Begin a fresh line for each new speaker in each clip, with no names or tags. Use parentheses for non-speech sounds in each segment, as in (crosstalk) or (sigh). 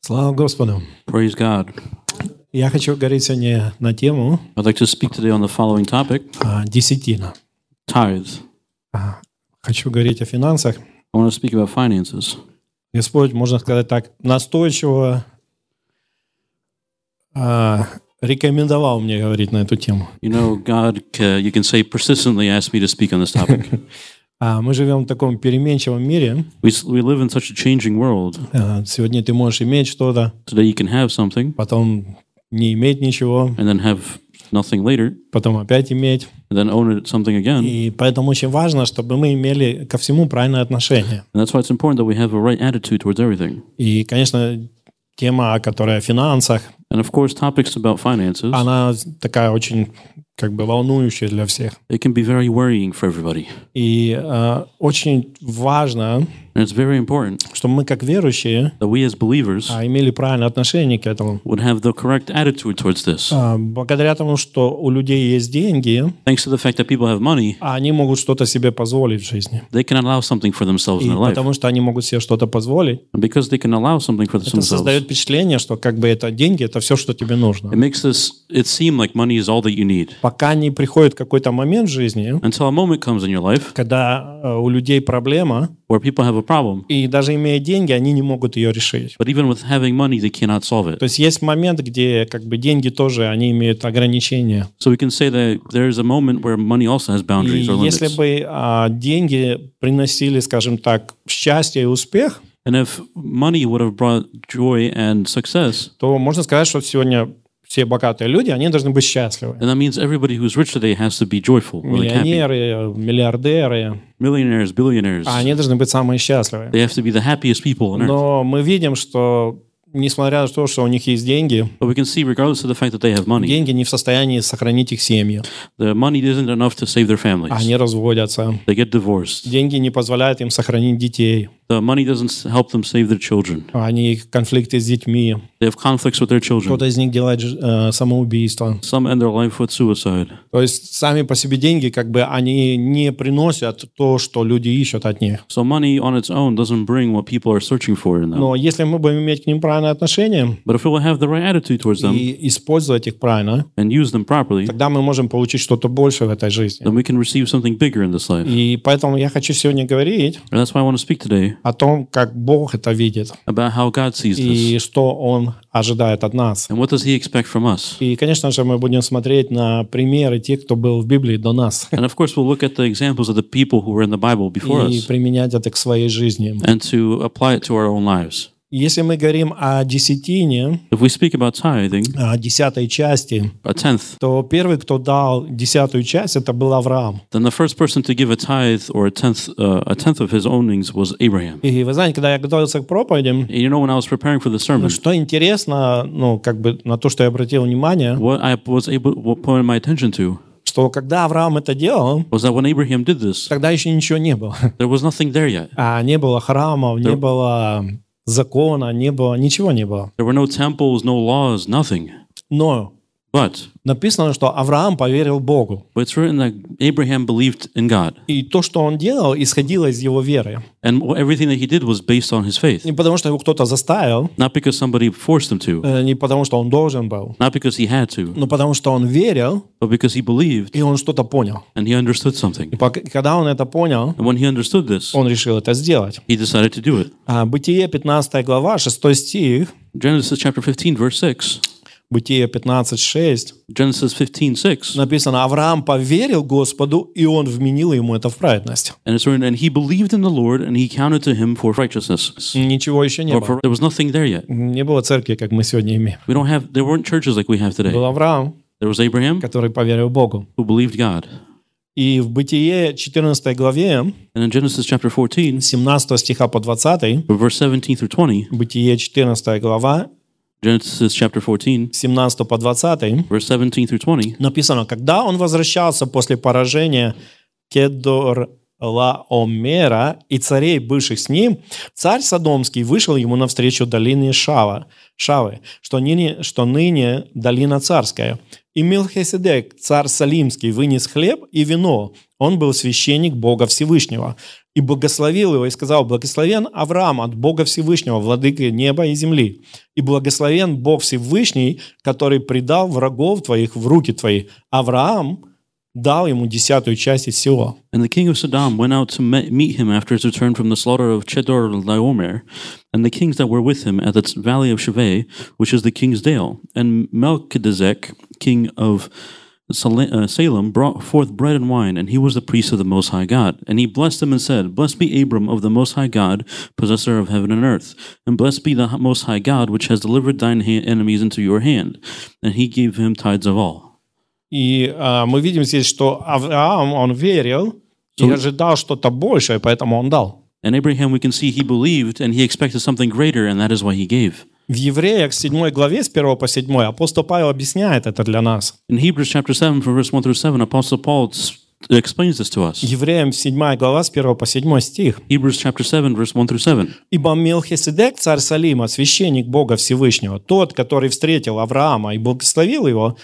Слава Господу!
Praise God.
Я хочу говорить сегодня на тему
I'd like to speak today on the following topic
а, десятина.
tithes.
А, хочу говорить о финансах.
I want to speak about finances.
Господь, можно сказать так, настойчиво а, рекомендовал мне говорить на эту тему.
You know, God, uh, you can say persistently asked me to speak on this topic.
А, мы живем в таком переменчивом мире.
we, s- we live in such a changing world.
А, сегодня ты можешь иметь что-то,
Today you can have something
потом не иметь ничего,
and then have nothing later
потом опять иметь.
and then own it something again. And
И поэтому очень важно, чтобы мы имели ко всему правильное отношение.
that's why it's important that we have a right attitude towards everything.
И, конечно, тема, которая о финансах,
And of course, topics about finances,
она такая очень как бы волнующая для всех.
it can be very worrying for everybody.
И э, очень важно,
And it's very important
чтобы мы как верующие
that we as believers
а, имели правильное отношение к этому.
would have the correct attitude towards this.
А, благодаря тому, что у людей есть деньги,
Thanks to the fact that people have money,
они могут что-то себе позволить в жизни.
they can allow something for themselves
И
in their life.
потому что они могут себе что-то позволить,
And because they can allow something for
это
themselves,
создает
it
впечатление, что как бы это деньги, это все, что тебе нужно.
makes this it seem like money is all that you need.
Пока не приходит какой-то момент в жизни,
Until a moment comes in your life
когда э, у людей проблема,
where people have a problem,
и даже имея деньги, они не могут ее решить.
but even with having money, they cannot solve it.
То есть есть момент, где как бы деньги тоже, они имеют ограничения.
So we can say that there is a moment where money also has
И
boundaries or
если
limits.
бы а, деньги приносили, скажем так, счастье и успех,
And if money would have brought joy and success,
то можно сказать, что сегодня все богатые люди, они должны быть счастливы.
then that means everybody who's rich today has to be joyful, or like happy.
Миллионеры, миллиардеры,
Millionaires, billionaires,
а они должны быть самые счастливы.
they have to be the happiest people on earth.
Но мы видим, что несмотря на то, что у них есть деньги,
But we can see, regardless of the fact that they have money,
деньги не в состоянии сохранить их семьи.
the money isn't enough to save their families.
Они разводятся.
They get divorced.
Деньги не позволяют им сохранить детей.
The money doesn't s- help them save their children.
Они их конфликты с детьми.
They have conflicts with their children.
Кто-то из них делает э, самоубийство.
Some end their life with suicide.
То есть сами по себе деньги, как бы, они не приносят то, что люди ищут от них.
So money on its own doesn't bring what people are searching for in them.
Но если мы будем иметь к ним правильное отношение
But if we will have the right attitude towards them
и использовать их правильно,
and use them properly,
тогда мы можем получить что-то больше в этой жизни.
then we can receive something bigger in this life.
И поэтому я хочу сегодня говорить
And that's why I want to speak today
о том, как Бог это видит
about how God sees this
и что Он ожидает от нас.
and what does He expect from us.
И, конечно же, мы будем смотреть на примеры тех, кто был в Библии до нас,
And of course, we'll look at the examples of the people who were in the Bible before
и
us
применять это к своей жизни.
and to apply it to our own lives.
Если мы говорим о десятине,
If we speak about tithing,
о э, десятой части,
a tenth,
то первый, кто дал десятую часть, это был Авраам.
then the first person to give a tithe or a tenth, uh, a tenth of his ownings was Abraham.
И вы знаете, когда я готовился к проповедям,
And you know, when I was preparing for the sermon,
что интересно, ну, как бы на то, что я обратил внимание,
what I was able, what pointed my attention to
что когда Авраам это делал,
was that when Abraham did this,
тогда еще ничего не было.
there was nothing there yet.
А не было храмов, не было закона, не было, ничего не было.
There were no temples, no laws, nothing.
Но
But,
написано, что Авраам поверил Богу.
but it's written that Abraham believed in God,
И то, что он делал, исходило из его веры.
and wh- everything that he did was based on his faith,
Не потому, что его кто-то заставил,
not because somebody forced him to,
э, не потому, что он должен был,
not because he had to,
но потому, что он верил,
but because he believed
и он что-то понял.
and he understood
И
something.
пока- когда он это понял,
And when he understood this,
он решил это сделать.
he decided to do it.
А, Бытие 15 глава, 6 стих,
Genesis chapter 15, verse 6.
Бытие 15, 6,
Genesis 15, 6.
написано, Авраам поверил Господу, и он вменил ему это в праведность.
And it's written, and he believed in the Lord, and he counted to him for righteousness.
Ничего еще не
Or
было.
for- there was nothing there yet.
Не было церкви, как мы сегодня имеем.
We don't have, there weren't churches like we have today.
Был Авраам,
There was Abraham
который поверил Богу.
who believed God.
И в Бытие 14 главе,
And in Genesis chapter 14,
17 стиха по 20,
verse 17 through 20,
Бытие 14 глава,
Genesis chapter 14,
17 по 20,
verse 17 through 20,
написано, когда он возвращался после поражения Кедор Лаомера и царей, бывших с ним, царь Содомский вышел ему навстречу долины Шава, Шавы, что ныне, что ныне долина царская, И Милхиседек, царь Салимский, вынес хлеб и вино. Он был священник Бога Всевышнего. И благословил его и сказал, благословен Авраам от Бога Всевышнего, владыки неба и земли. И благословен Бог Всевышний, который предал врагов твоих в руки твои. Авраам дал ему десятую часть из всего.
And the king of Sodom went out to me- meet him after his return from the slaughter of Chedor Laomer, and the kings that were with him at the t- valley of Sheveh, which is the king's dale. And Melchizedek, king of Sale- uh, Salem, brought forth bread and wine, and he was the priest of the Most High God. And he blessed him and said, Blessed be Abram of the Most High God, possessor of heaven and earth, and blessed be the H- Most High God, which has delivered thine ha- enemies into your hand. And he gave him tithes of all.
И э, мы видим здесь, что Авраам, он верил и
So-
ожидал что-то большее, поэтому он дал.
And Abraham, we can see he believed and he expected something greater, and that is why he gave.
В Евреях 7 главе с 1 по 7 апостол Павел объясняет это для нас.
In Hebrews chapter 7, from verse 1 through 7, Apostle Paul s- explains this to us.
Евреям 7 глава с 1 по 7 стих.
Hebrews chapter 7, verse 1 through 7.
«Ибо Мелхиседек, царь Салима, священник Бога Всевышнего, тот, который встретил Авраама и благословил его,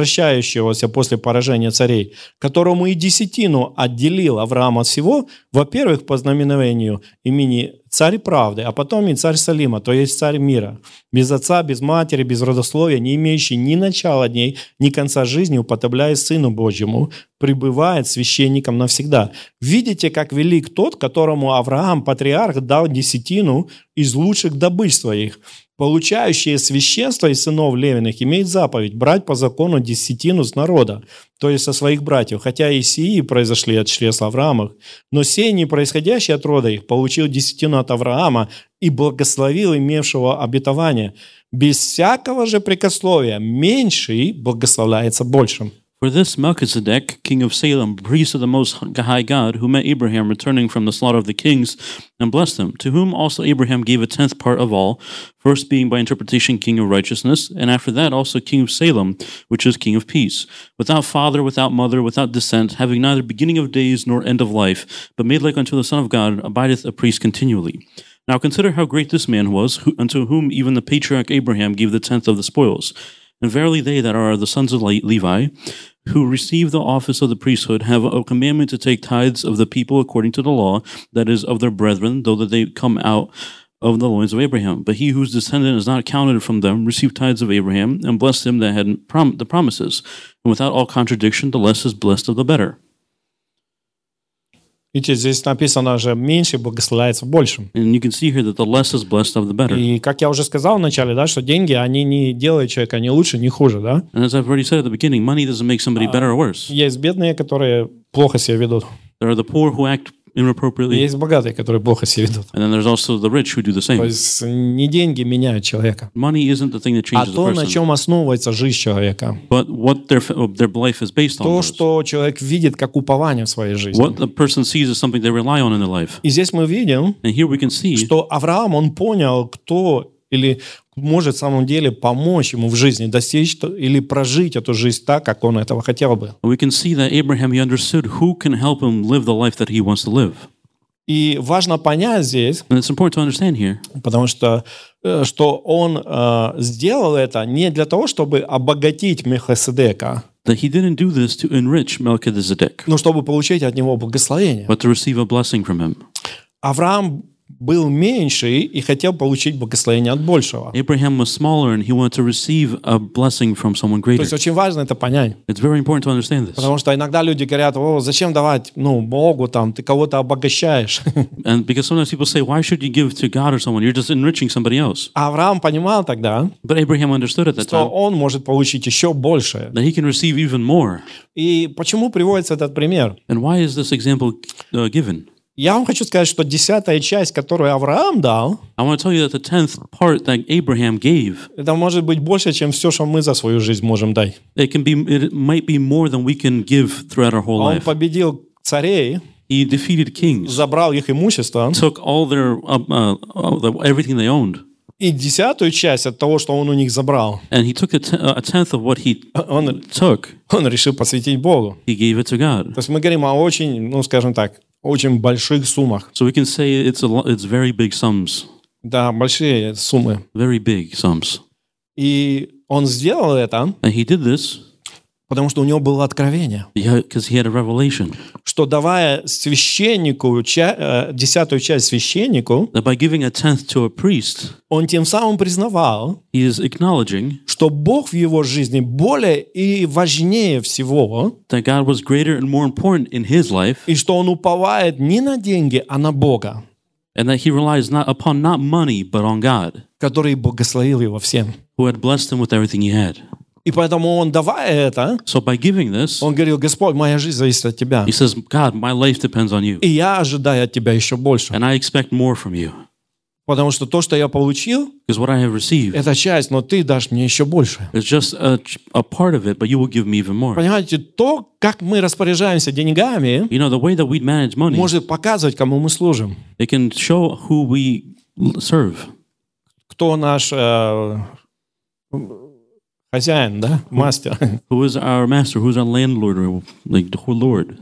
возвращающегося после поражения царей, которому и десятину отделил Авраам от всего, во-первых, по знаменованию имени царь правды, а потом и царь Салима, то есть царь мира, без отца, без матери, без родословия, не имеющий ни начала дней, ни конца жизни, уподобляясь Сыну Божьему, пребывает священником навсегда. Видите, как велик тот, которому Авраам, патриарх, дал десятину из лучших добыч своих. Получающие священство из сынов Левиных имеет заповедь брать по закону десятину с народа, то есть со своих братьев, хотя и сии произошли от чресла Авраамов. Но сей, не происходящий от рода их, получил десятину от Авраама и благословил имевшего обетование. Без всякого же прикословия меньший благословляется большим.
For this Melchizedek, king of Salem, priest of the Most High God, who met Abraham returning from the slaughter of the kings and blessed him, to whom also Abraham gave a tenth part of all, first being by interpretation king of righteousness, and after that also king of Salem, which is king of peace, without father, without mother, without descent, having neither beginning of days nor end of life, but made like unto the Son of God, abideth a priest continually. Now consider how great this man was, who, unto whom even the patriarch Abraham gave the tenth of the spoils. And verily, they that are the sons of Le- Levi, who receive the office of the priesthood, have a commandment to take tithes of the people according to the law, that is, of their brethren, though that they come out of the loins of Abraham. But he whose descendant is not counted from them received tithes of Abraham, and blessed him that had prom- the promises. And without all contradiction, the less is blessed of the better.
Видите, здесь написано же «меньше благословляется большим».
And you can see here that the less is blessed of the better.
И как я уже сказал вначале, да, что деньги, они не делают человека ни лучше, ни хуже, да.
And as I've already said at the beginning, money doesn't make somebody better or worse.
Есть бедные, которые плохо себя ведут.
There are the poor who act inappropriately,
Есть богатые, которые плохо себя ведут.
and then there's also the rich who do the
То
same.
есть не деньги меняют человека,
Money isn't the thing that
а
changes the
то, на
person.
чем основывается жизнь человека.
but what their oh, their life is based on.
То,
those.
что человек видит как упование в своей жизни.
what the person sees is something they rely on in their life.
И здесь мы видим,
And here we can see
что Авраам, он понял, кто или может в самом деле помочь ему в жизни, достичь то- или прожить эту жизнь так, как он этого хотел бы.
we can see that Abraham he understood who can help him live the life that he wants to live.
И важно понять здесь,
And it's important to understand here
потому что, э, что он э, сделал это не для того, чтобы обогатить Мехаседека,
that he didn't do this to enrich Melchizedek,
но чтобы получить от него благословение.
but to receive a blessing from him.
Авраам был меньше и хотел получить благословение от большего.
Abraham was smaller and he wanted to receive a blessing from someone
То
greater.
есть очень важно это понять.
It's very important to understand this.
Потому что иногда люди говорят, о, зачем давать, ну, Богу там, ты кого-то обогащаешь. (laughs)
And because sometimes people say, why should you give to God or someone? You're just enriching somebody else.
А Авраам понимал тогда,
But Abraham understood at that
что
time
он может получить еще больше.
that he can receive even more.
И почему приводится этот пример?
And why is this example uh, given?
Я вам хочу сказать, что десятая часть, которую Авраам дал,
I want to tell you that the tenth part that Abraham gave,
это может быть больше, чем все, что мы за свою жизнь можем дать.
it can be, it might be more than we can give throughout our whole
А Он
life.
победил царей,
He defeated kings,
забрал их имущество,
took all their uh, uh, all the- everything they owned,
и десятую часть от того, что он у них забрал,
and he took a, te- uh, a tenth of what he
он,
took.
он решил посвятить Богу.
He gave it to God.
То есть мы говорим о очень, ну, скажем так, очень больших суммах.
So we can say it's a lo- it's very big sums,
Да, большие суммы.
very big sums,
И он сделал это,
and he did this
Потому что у него было откровение,
because he had a revelation
что давая священнику, ча- э, десятую часть священнику,
that by giving a tenth to a priest,
он тем самым признавал,
he is acknowledging
что Бог в его жизни более и важнее всего,
that God was greater and more important in his life,
и что он уповает не на деньги, а на Бога,
and that he relies not upon not money but on God,
который благословил его всем.
who had blessed him with everything he had.
И поэтому он, давая это,
So by giving this,
он говорил, Господь, моя жизнь зависит от Тебя.
he says, God, my life depends on you,
И я ожидаю от Тебя еще больше.
and I expect more from you.
Потому что то, что я получил,
Because what I have received
это часть, но Ты дашь мне еще больше.
is just a, a part of it, but you will give me even more.
Понимаете, то, как мы распоряжаемся деньгами,
You know, the way that we manage money,
может показывать, кому мы служим.
it can show who we l- serve,
Кто наш э, хозяин, да, мастер?
who is our master, who's our landlord, or like the whole Lord.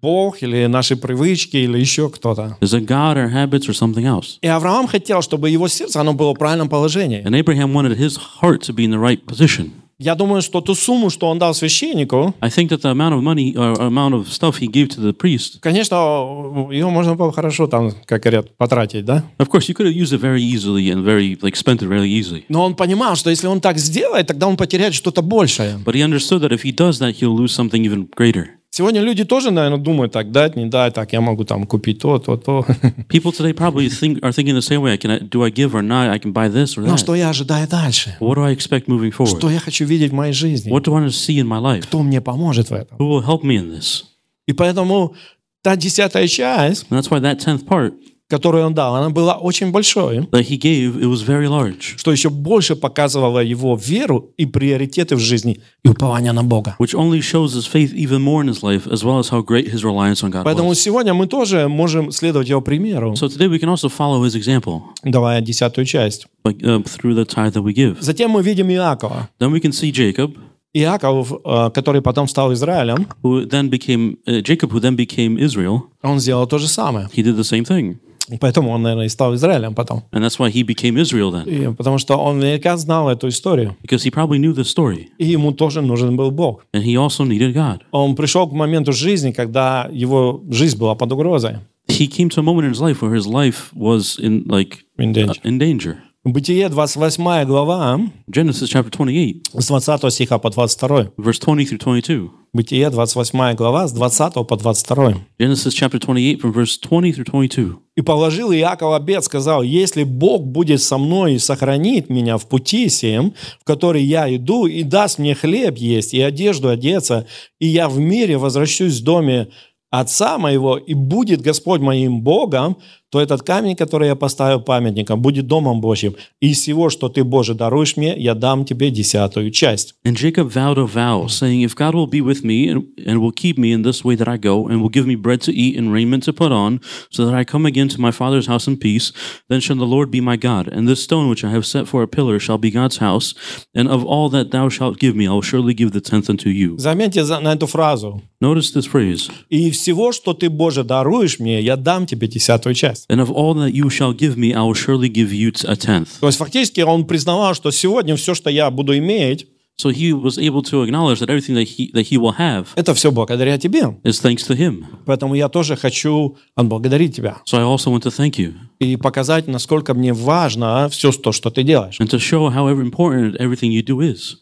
Бог или наши привычки или еще кто-то.
Is it God, our habits, or something else?
И Авраам хотел, чтобы его сердце, оно было в правильном положении.
And Abraham wanted his heart to be in the right position.
Я думаю, что ту сумму, что он дал священнику,
I think that the amount of money or amount of stuff he gave to the priest,
конечно, ее можно было хорошо там, как говорят, потратить, да?
of course, you could have used it very easily and very like spent it very easily.
Но он понимал, что если он так сделает, тогда он потеряет что-то большее.
But he understood that if he does that, he'll lose something even greater.
Сегодня люди тоже, наверное, думают, так дать, не дать, так я могу там купить то, то, то.
People today probably think are thinking the same way. I can I, do I give or not? I can buy this or
Но
that.
что я ожидаю дальше?
What do I expect moving forward?
Что я хочу видеть в моей жизни?
What do I want to see in my life?
Кто мне поможет в этом?
Who will help me in this?
И поэтому та десятая часть,
And that's why that tenth part
которую он дал, она была очень большой,
that he gave it was very large,
что еще больше показывало его веру и приоритеты в жизни и упование на Бога.
which only shows his faith even more in his life, as well as how great his reliance on God was.
Поэтому сегодня мы тоже можем следовать его примеру,
So today we can also follow his example,
давая десятую часть.
like uh, through the tithe that we give.
Затем мы видим Иакова.
Then we can see Jacob,
Иаков, э, который потом стал Израилем,
who then became uh, Jacob, who then became Israel.
он сделал то же самое.
He did the same thing,
И Поэтому он, наверное, и стал Израилем потом.
and that's why he became Israel then,
И потому что он наверняка знал эту историю.
because he probably knew the story,
И ему тоже нужен был Бог.
and he also needed God.
Он пришел к моменту жизни, когда его жизнь была под угrозой.
He came to a moment in his life where his life was in like
In danger.
uh, in danger.
Бытие 28 глава,
Genesis chapter 28,
с 20 стиха по 22.
verse 20 through 22.
Бытие 28 глава, с 20 по 22.
Genesis chapter 28 from verse 20 through 22.
«И положил Иаков обед, сказал, «Если Бог будет со мной и сохранит меня в пути сем, в который я иду, и даст мне хлеб есть и одежду одеться, и я в мире возвращусь в доме отца моего, и будет Господь моим Богом, то этот камень, который я поставил памятником, будет домом Божьим. И из всего, что ты, Боже, даруешь мне, я дам тебе десятую часть».
And Jacob vowed a vow, saying, If God will be with me and, and will keep me in this way that I go, and will give me bread to eat and raiment to put on, so that I come again to my father's house in peace, then shall the Lord be my God. And this stone which I have set for a pillar shall be God's house. And of all that thou shalt give me, I will surely give the tenth unto you.
Заметьте за- на эту фразу.
Notice this phrase.
«И всего, что ты, Боже, даруешь мне, я дам тебе десятую часть».
And of all that you shall give me, I will surely give you a tenth.
То есть фактически он признавал, что сегодня все, что я буду иметь,
So he was able to acknowledge that everything that he, that he will have
это все благодаря тебе.
is thanks to him.
Поэтому я тоже хочу отблагодарить тебя
So I also want to thank you
и показать, насколько мне важно все то, что ты делаешь.
and to show how important everything you do is.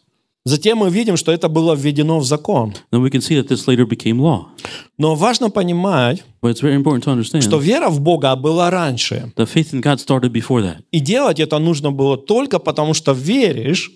Затем мы видим, что это было введено в закон.
Then we can see that this later became law.
Но важно понимать,
But it's very important to understand
что вера в Бога была раньше.
that faith in God started before that.
И делать это нужно было только потому, что веришь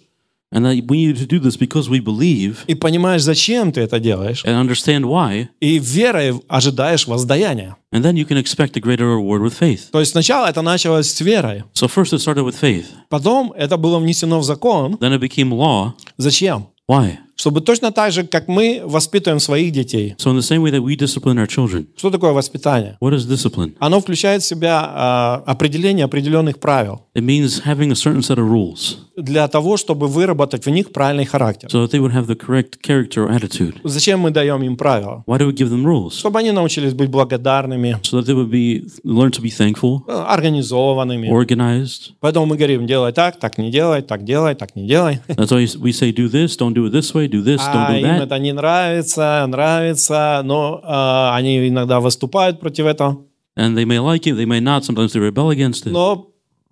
And that we need to do this because we believe
и понимаешь, зачем ты это делаешь.
and understand why.
И верой ожидаешь воздаяния.
And then you can expect a greater reward with faith.
То есть сначала это началось с верой,
So first it started with faith.
потом это было внесено в закон.
Then it became law.
Зачем?
Why?
чтобы точно так же, как мы воспитываем своих детей.
So in the same way that we discipline our children,
Что такое воспитание?
what is discipline?
Оно включает в себя а, определение определенных правил.
It means having a certain set of rules.
для того, чтобы выработать в них правильный характер.
so that they would have the correct character or attitude.
Зачем мы даем им правила?
Why do we give them rules?
Чтобы они научились быть благодарными,
So that they would be learn to be thankful,
э, организованными.
organized.
Поэтому мы говорим, делай так, так не делай, так делай, так не делай.
That's why we say do this, don't do it this way, do this, don't
А
do
им
that.
это не нравится, нравится, но э, они иногда выступают против этого,
And they may like it, they may not. Sometimes they rebel against it,
но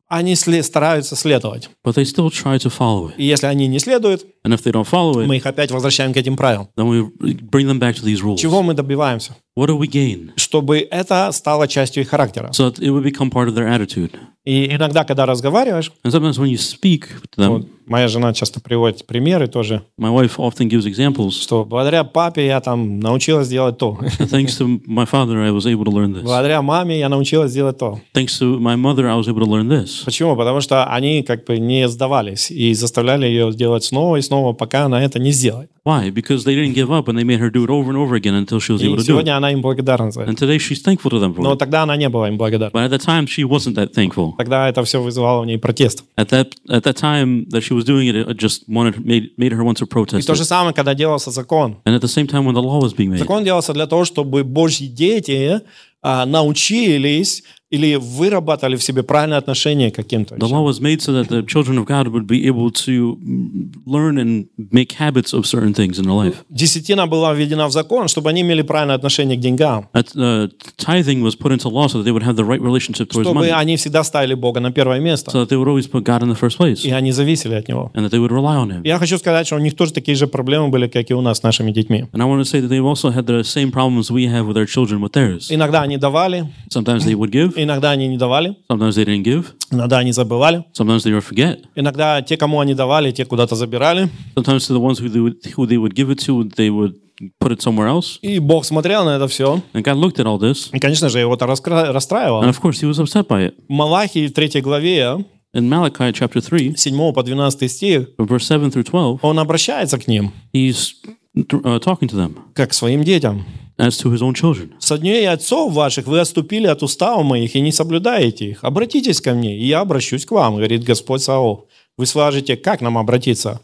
они сле- стараются следовать.
but they still try to follow it.
И если они не следуют,
And if they don't follow it,
мы их опять возвращаем к этим правилам.
then we bring them back to these rules.
Чего мы добиваемся?
What do we gain?
Чтобы это стало частью их характера.
So that it would become part of their attitude.
И иногда, когда разговариваешь,
And sometimes when you speak to them,
вот моя жена часто приводит примеры тоже,
my wife often gives
(laughs)
examples.
что благодаря папе я там naучилась делать то, (laughs)
Thanks to my father, I was able to learn this.
благодаря маме я научилась делать то.
Thanks to my mother, I was able to learn this.
Почему? Потому что они как бы не сдавались и заставляли ее делать снова и снова, пока она это не сделает.
Why? Because they didn't give up and they made her do it over and over again until she was
И
able to do it.
сегодня она им благодарна за это.
And today she's thankful to them for
Но
it.
тогда она не была им благодарна.
But at the time, she wasn't that thankful.
Тогда это все вызывало у ней протест.
At that at that time that she was doing it, it just wanted made made her want to
И
protest.
то
it.
же самое, когда делался закон.
And at the same time, when the law was being made,
Закон делался для того, чтобы божьи дети а, научились или выработали в себе правильное отношение к каким-то
the
вещам.
law was made so that the children of God would be able to mm, learn and make habits of certain things in their life.
Десятина была введена в закон, чтобы они имели правильное отношение к деньгам.
That, uh, tithing was put into law so that they would have the right relationship towards
Чтобы
money,
они всегda ставили Бога на первое место.
so that they would always put God in the first place,
И они зависели от Него.
and that they would rely on Him.
Я хочу сказать, что у них тоже такие же проблемы были, как и у нас с нашими детьми.
And I want to say that they also had the same problems we have with our children with theirs.
Иногда они давали,
Sometimes they would give,
иногда они не давали,
sometimes they didn't give,
иногда они забывали.
sometimes they would forget.
Иногда те, кому они давали, те куда-то забирали.
Sometimes to the ones who they would, who they would give it to, they would put it somewhere else.
И Бог смотрел на это все.
And God looked at all this,
И, конечно же, его это раскра-
and
расстраивало.
of course, He was upset by it.
В Малахии в 3 главе,
In Malachi chapter 3,
7 по 12 стих,
from verse 7 through 12,
он обращается к ним,
He's uh, talking to them
как к своим детям.
as to His own children.
«Со дней отцов ваших вы отступили от устава моих и не соблюдаете их. Обратитесь ко мне, и я обращусь к вам», — говорит Господь Саул. Вы скажете, как нам обратиться?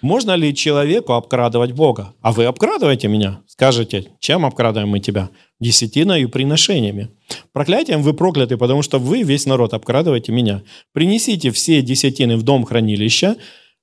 Можно ли человеку обкрадывать Бога? А вы обкрадываете меня? Скажете, чем обкрадываем мы тебя? Десятиной и приношениями. Проклятием вы прокляты, потому что вы, весь народ, обкрадываете меня. Принесите все десятины в дом хранилища,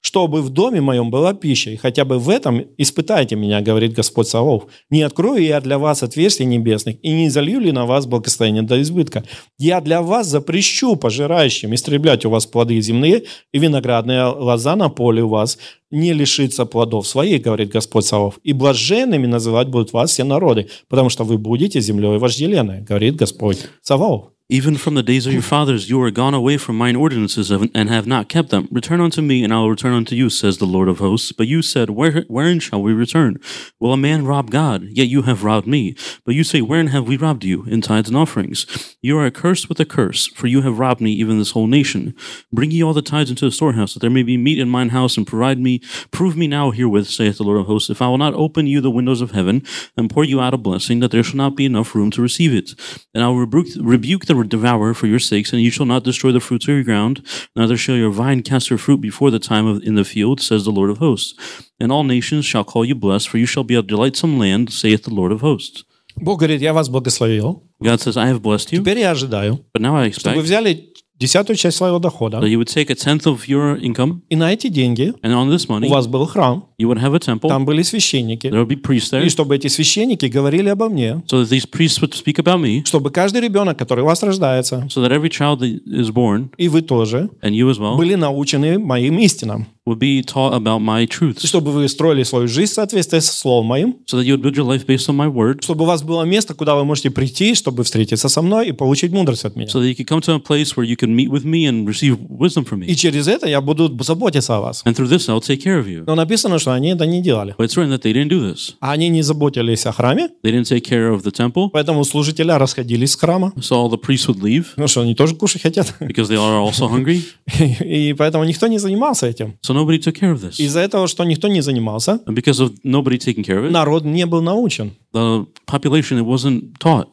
чтобы в доме моем была пища, и хотя бы в этом испытайте меня, говорит Господь Савов. Не открою я для вас отверстий небесных, и не залью ли на вас благословение до избытка. Я для вас запрещу пожирающим истреблять у вас плоды земные, и виноградная лоза на поле у вас не лишится плодов своих, говорит Господь Савов. И блаженными называть будут вас все народы, потому что вы будете землей вожделенной, говорит Господь Савов.
Even from the days of your fathers, you are gone away from mine ordinances of- and have not kept them. Return unto me, and I will return unto you, says the Lord of hosts. But you said, Where, Wherein shall we return? Will a man rob God? Yet you have robbed me. But you say, Wherein have we robbed you? In tithes and offerings. You are accursed with a curse, for you have robbed me, even this whole nation. Bring ye all the tithes into the storehouse, that there may be meat in mine house, and provide me, prove me now herewith, saith the Lord of hosts, if I will not open you the windows of heaven, and pour you out a blessing, that there shall not be enough room to receive it. And I will rebuke, rebuke the devourer for your sakes, and you shall not destroy the fruits of your ground, neither shall your vine cast her fruit before the time of, in the field, says the Lord of hosts. And all nations shall call you blessed, for you shall be a delightsome land, saith the Lord of hosts.
Бог говорит, я вас благословил,
God says, I have blessed you,
теперь я ожидаю,
but now I
чтобы вы
expect
взяли десятую часть своего дохода,
that you would take a tenth of your income,
и на эти деньги
and on this
у
money
вас был храм,
you would have a temple,
там были священники,
there would be priests there,
и чтобы эти священники говорили обо мне,
so that these priests would speak about me,
чтобы каждый ребенок, который у вас рождается,
so that every child that is born,
и вы тоже,
and you as well,
были научены моим истинам,
would be taught about my
и
truths,
чтобы вы строили свою жизнь в соответствии со словом моим,
so that you would build your life based on my word,
чтобы у вас было место, куда вы можете прийти, чтобы встретиться со мной и получить мудрость от меня.
so that you could come to a place where you can meet with me and receive wisdom from
И
me.
через это я буду заботиться о вас.
And through this, I'll take care of you.
Но написано, что они это не делали.
But it's written that they didn't do this.
А Они не заботились о храме,
They didn't take care of the temple,
поэтому служителя расходились с храма,
so all the priests would leave
потому что они тоже кушать хотят. (laughs)
because they are also hungry. (laughs)
И поэтому никто не занимался этим.
So nobody took care of this.
Из-за этого, что никто не занимался,
And because of nobody taking care of it,
народ не был научен.
the population it wasn't taught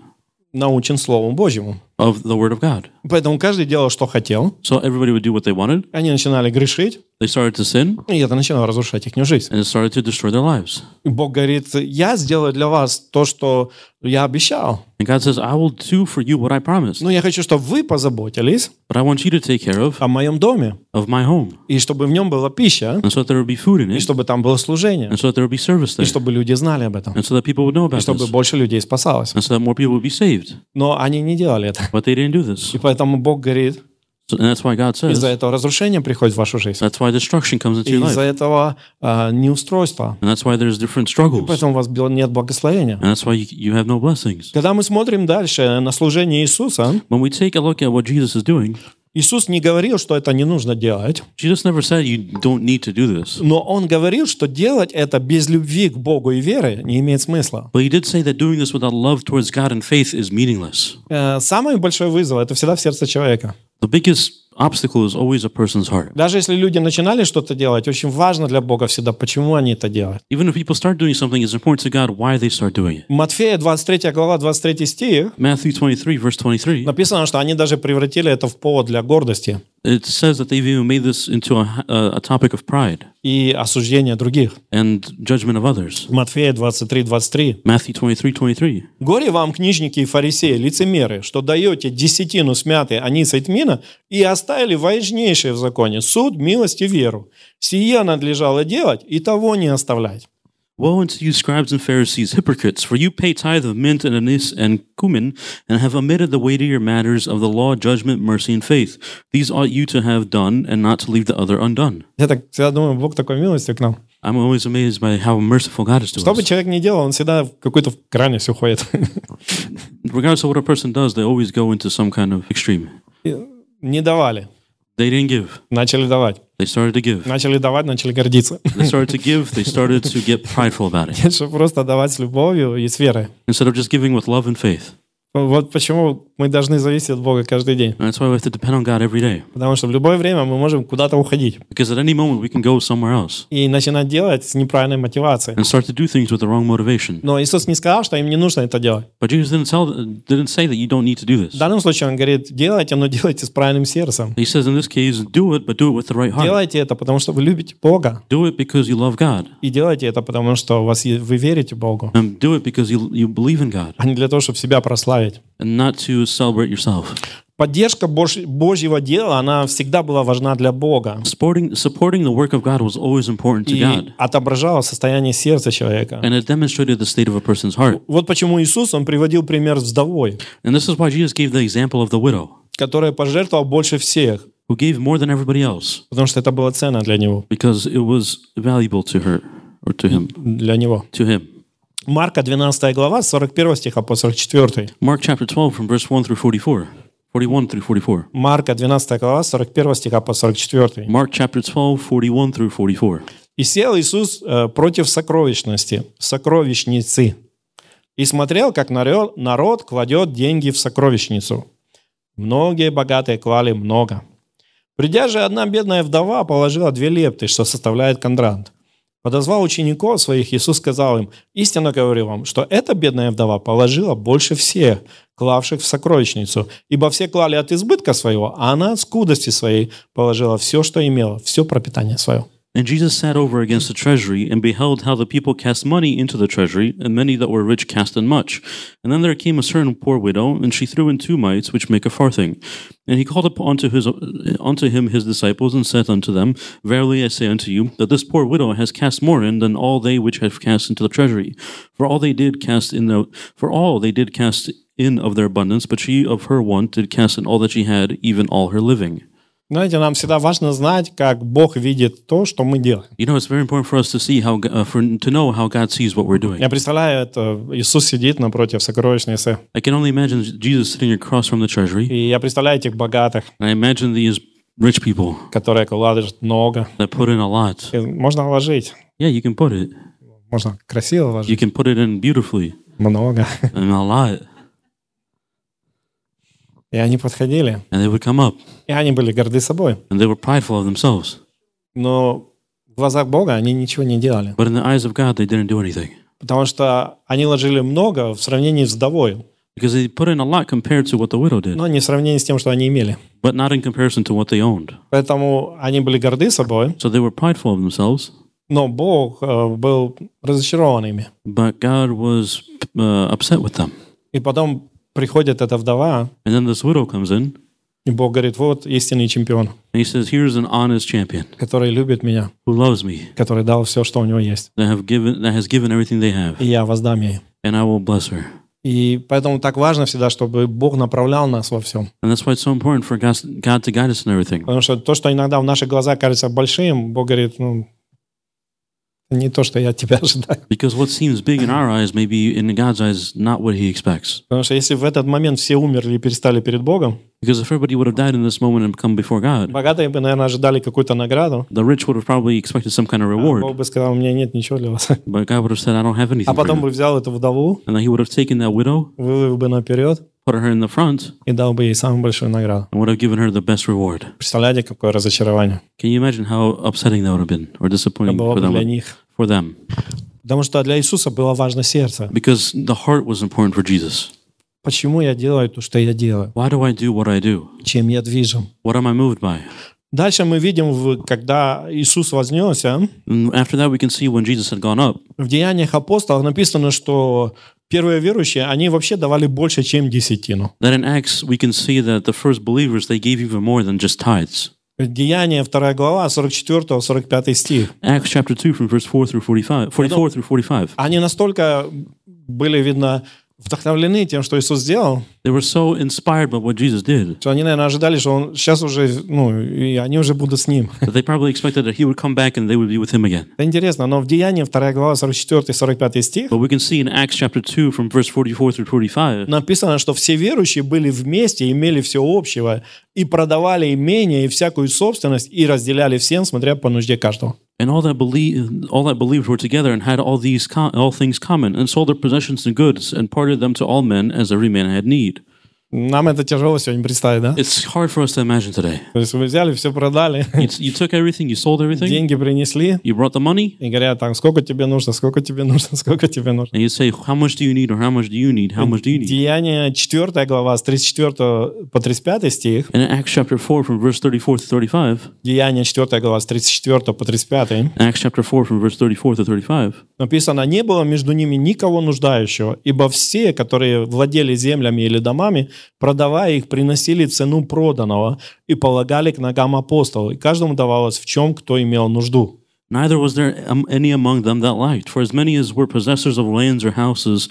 Научен Словом Божьему.
of the word of God.
Поэтому каждый делал, что хотел.
So everybody would do what they wanted.
Они начинали грешить,
They started to sin
И это начинало разрушать их жизнь.
and it started to destroy their lives.
И Бог говорит, я сделаю для вас то, что я обещал.
And God says, I will do for you what I promised,
Но я хочу, чтобы вы позаботились
but I want you to take care of,
о моем доме.
of my home.
И чтобы в нем была пища,
And so that there would be food in
и
it,
чтобы там было служение,
and so that there would be service
и
there,
чтобы люди знали об этом,
and so that people would know
и
about
чтобы
this,
больше людей спасалось.
and so that more people would be saved.
Но они не делали это.
But they didn't do this.
И поэтому Бог говорит,
So, and that's why God says,
из-за этого разрушение приходит в вашу жизнь.
that's why destruction comes into
И
your life.
из-за этого а, неустройство.
And that's why there's different struggles. And
Поэтому у вас бл- нет благословения.
that's why you, you have no blessings.
Когда мы смотрим дальше на служение Иисуса,
When we take a look at what Jesus is doing,
Иисус не говорил, что это не нужно делать,
Jesus never said you don't need to do this.
но Он говорил, что делать это без любви к Богу и веры не имеет смысла.
But he did say that doing this without love towards God and faith is meaningless.
Э, Самый большой вызов – это всегда в сердце человека.
The biggest obstacle is always a person's heart.
Даже если люди начинали что-то делать, очень важно для Бога всегда, почему они это делают.
Even if people start doing something, it's important to God why they start doing it.
Матфея, 23 глава, 23 стих,
Matthew 23, verse 23,
написано, что они даже превратили это в повод для гордости
it says that they've even made this into a, a, a topic of pride
и осуждения других.
and judgment of others.
Матфея 23, 23.
Matthew 23, 23.
Горе вам, книжники и фарисеи, лицемеры, что даете десятину смятой аниса и тмина и оставили важнейшее в законе – суд, милость и веру. Сие надлежало делать и того не оставлять.
Woe unto you, scribes and Pharisees, hypocrites! For you pay tithe of mint and anise and cumin, and have omitted the weightier matters of the law, judgment, mercy, and faith. These ought you to have done, and not to leave the other undone.
Я так всегда думаю, Бог такой милостью к нам.
I'm always amazed by how merciful God is to
Что бы
us.
человек ни делал, он всегда в какую-то крайность уходит.
Regardless of what a person does, they always go into some kind of extreme.
(laughs) Не давали.
They didn't give.
Начали давать.
They started to give.
Начали давать, начали гордиться. (laughs)
They started to give. They started to get prideful about it
Лучше просто давать с любовью и с верой.
instead of just giving with love and faith.
Вот почему мы должны зависеть от Бога каждый день.
And that's why we have to depend on God every day,
Потому что в любое время мы можем куда-то уходить
because at any moment we can go somewhere else
и начинать делать с неправильной мотивацией.
and start to do things with the wrong motivation.
Но Иисус не сказал, что им не нужно это делать.
But Jesus didn't tell, didn't say that you don't need to do
В
this.
данном случае он говорит, делайте, но делайте с правильным сердцем.
He says in this case, do it, but do it with the right heart.
Делайте это, потому что вы любите Бога.
Do it because you love God,
И делайте это, потому что у вас е- вы верите Богу,
and do it because you you believe in God,
а не для того, чтобы себя прославить.
and not to celebrate yourself.
Поддержка Бож- Божьего дела, она всегда была важна для Бога.
Supporting supporting the work of God was always important to
И
God,
отображала состояние сердца человека.
and it demonstrated the state of a person's heart.
Вот почему Иисус, он приводил пример с вдовой,
And this is why Jesus gave the example of the widow,
которая пожертвовала больше всех,
who gave more than everybody else
потому что это была цена для него.
because it was valuable to her or to him
Для него.
to him.
Марка 12 глава, с 41 стиха по 44.
Mark chapter twelve from verse one through forty four. 41 through 44.
Марка 12 глава, 41 стиха по 44.
Mark chapter 12, 41 through 44.
«И сел Иисус э, против сокровищности, сокровищницы, и смотрел, как народ, народ кладет деньги в сокровищницу. Многие богатые клали много. Придя же одна бедная вдова положила две лепты, что составляет кондрант. Подозвал учеников своих, Иисус сказал им, «Истинно говорю вам, что эта бедная вдова положила больше всех, клавших в сокровищницу, ибо все клали от избытка своего, а она от скудости своей положила все, что имела, все пропитание свое».
And Jesus sat over against the treasury and beheld how the people cast money into the treasury, and many that were rich cast in much. And then there came a certain poor widow, and she threw in two mites, which make a farthing. And he called up unto, his, unto him his disciples, and said unto them, Verily I say unto you, that this poor widow has cast more in than all they which have cast into the treasury. For all they did cast in the, for all they did cast in of their abundance, but she of her want did cast in all that she had, even all her living.
Знаете, нам всегда важно знать, как Бог видит то, что мы делаем.
You know, it's very important for us to see how, uh, for, to know how God sees what we're doing.
Я представляю, это Иисус сидит напротив сокровищницы,
I can only imagine Jesus sitting across from the treasury.
и я представляю этих богатых,
And I imagine these rich people
которые кладут много.
that put in a lot.
И можно вложить,
Yeah, you can put it.
можно красиво
You
вложить,
can put it in beautifully
много.
and a lot.
И они подходили,
And they would come up
и они были горды собой.
and they were prideful of themselves.
Но в глазах Бога они ничего не делали,
But in the eyes of God, they didn't do anything
потому что они ложили много в сравнении с вдовой.
because they put in a lot compared to what the widow did,
но не в сравнении с тем, что они имели.
but not in comparison to what they owned.
Поэтому они были горды собой,
So they were prideful of themselves,
но Бог э, был разочарован ими.
but God was uh, upset with them.
И потом приходит эта вдова,
And then this widow comes in and
и Бог говорит, вот истинный чемпион,
he says, "Here's an honest champion
который любит меня,
who loves me,
который дал все, что у него есть,
that have given that has given everything they have,
и я воздам ей.
and I will bless her."
И поэтому так важно всегда, чтобы Бог направлял нас во всем.
And that's why it's so important for God, God to guide us in everything.
Потому что то, что иногда в наши глаза кажется большим, Бог говорит, ну, не то, что я от тебя (laughs) ожидаю.
Because what seems big in our eyes may be in God's eyes not what He expects.
Потому что если в этот момент все умерли и перестали перед Богом,
Because if everybody would have died in this moment and come before God,
богатые бы, наверное, ожидали какую-то награду.
the rich would have probably expected some kind of
А Бог
reward.
бы сказал, у меня нет ничего для вас.
But God would have said, I don't have
А
anything. For
потом
you.
бы взял эту вдову,
And then He would have taken that widow,
вывел бы наперед
put her in the front,
и дал бы ей самую большую награду.
and would have given her the best reward.
Представляете, какое разочарование
Can you imagine how upsetting that would have been or disappointing
было
for
бы для
them?
них.
For them.
Потому что для Иисуса было важно сердце.
Because the heart was important for Jesus.
Почему я делаю то, что я делаю?
Why do I do what I do?
Чем я движим?
What am I moved by?
Дальше мы видим, в- когда Иисус вознесся,
And after that, we can see when Jesus had gone up,
в Деяниях апостолов написано, что первые верующие, они вообще давали больше, чем десятину.
Then in Acts, we can see that the first believers, they gave even more than just tithes.
Деяния 2 глава, 44-45 стих.
Acts chapter 2, from verse 4 through 45, 44 through 45.
Они настолько были, видно, вдохновлены тем, что Иисус сделал,
They were so inspired by what Jesus did
что они, наверное, ожидали, что он сейчас уже, ну, и они уже будут с ним.
that they probably expected that he would come back and they would be with him again.
Это интересно, но в Деянии 2 глава, 44-45 стих
But we can see in Acts chapter 2, from verse 44 through 45,
написано, что все верующие были вместе, имели все общего, и продавали имение и всякую собственность, и разделяли всем, смотря по нужде каждого.
and all that believe, all that believed were together and had all these com- all things common, and sold their possessions and goods, and parted them to all men as every man had need.
Нам это тяжело сегодня представить, да?
It's hard for us to imagine today.
То есть вы взяли, все продали,
It's, you took everything, you sold everything,
деньги принесли,
you brought the money,
и говорят, там, сколько тебе нужно, сколько тебе нужно, (laughs) сколько тебе нужно.
And you say, How much do you need? or How much do you need? How much do you need?
Деяние 4 глава, с 34 по 35 стих.
And in Acts chapter 4, from verse 34 to 35,
Деяние 4 глава, с 34 по 35.
Acts chapter 4, from verse 34 to 35,
Написано, не было между ними никого нуждающего, ибо все, которые владели землями или домами, продавая их, приносили цену проданного и полагали к ногам апостолов, и каждому давалось в чем кто имел нужду.
neither was there um, any among them that lacked, for as many as were possessors of lands or houses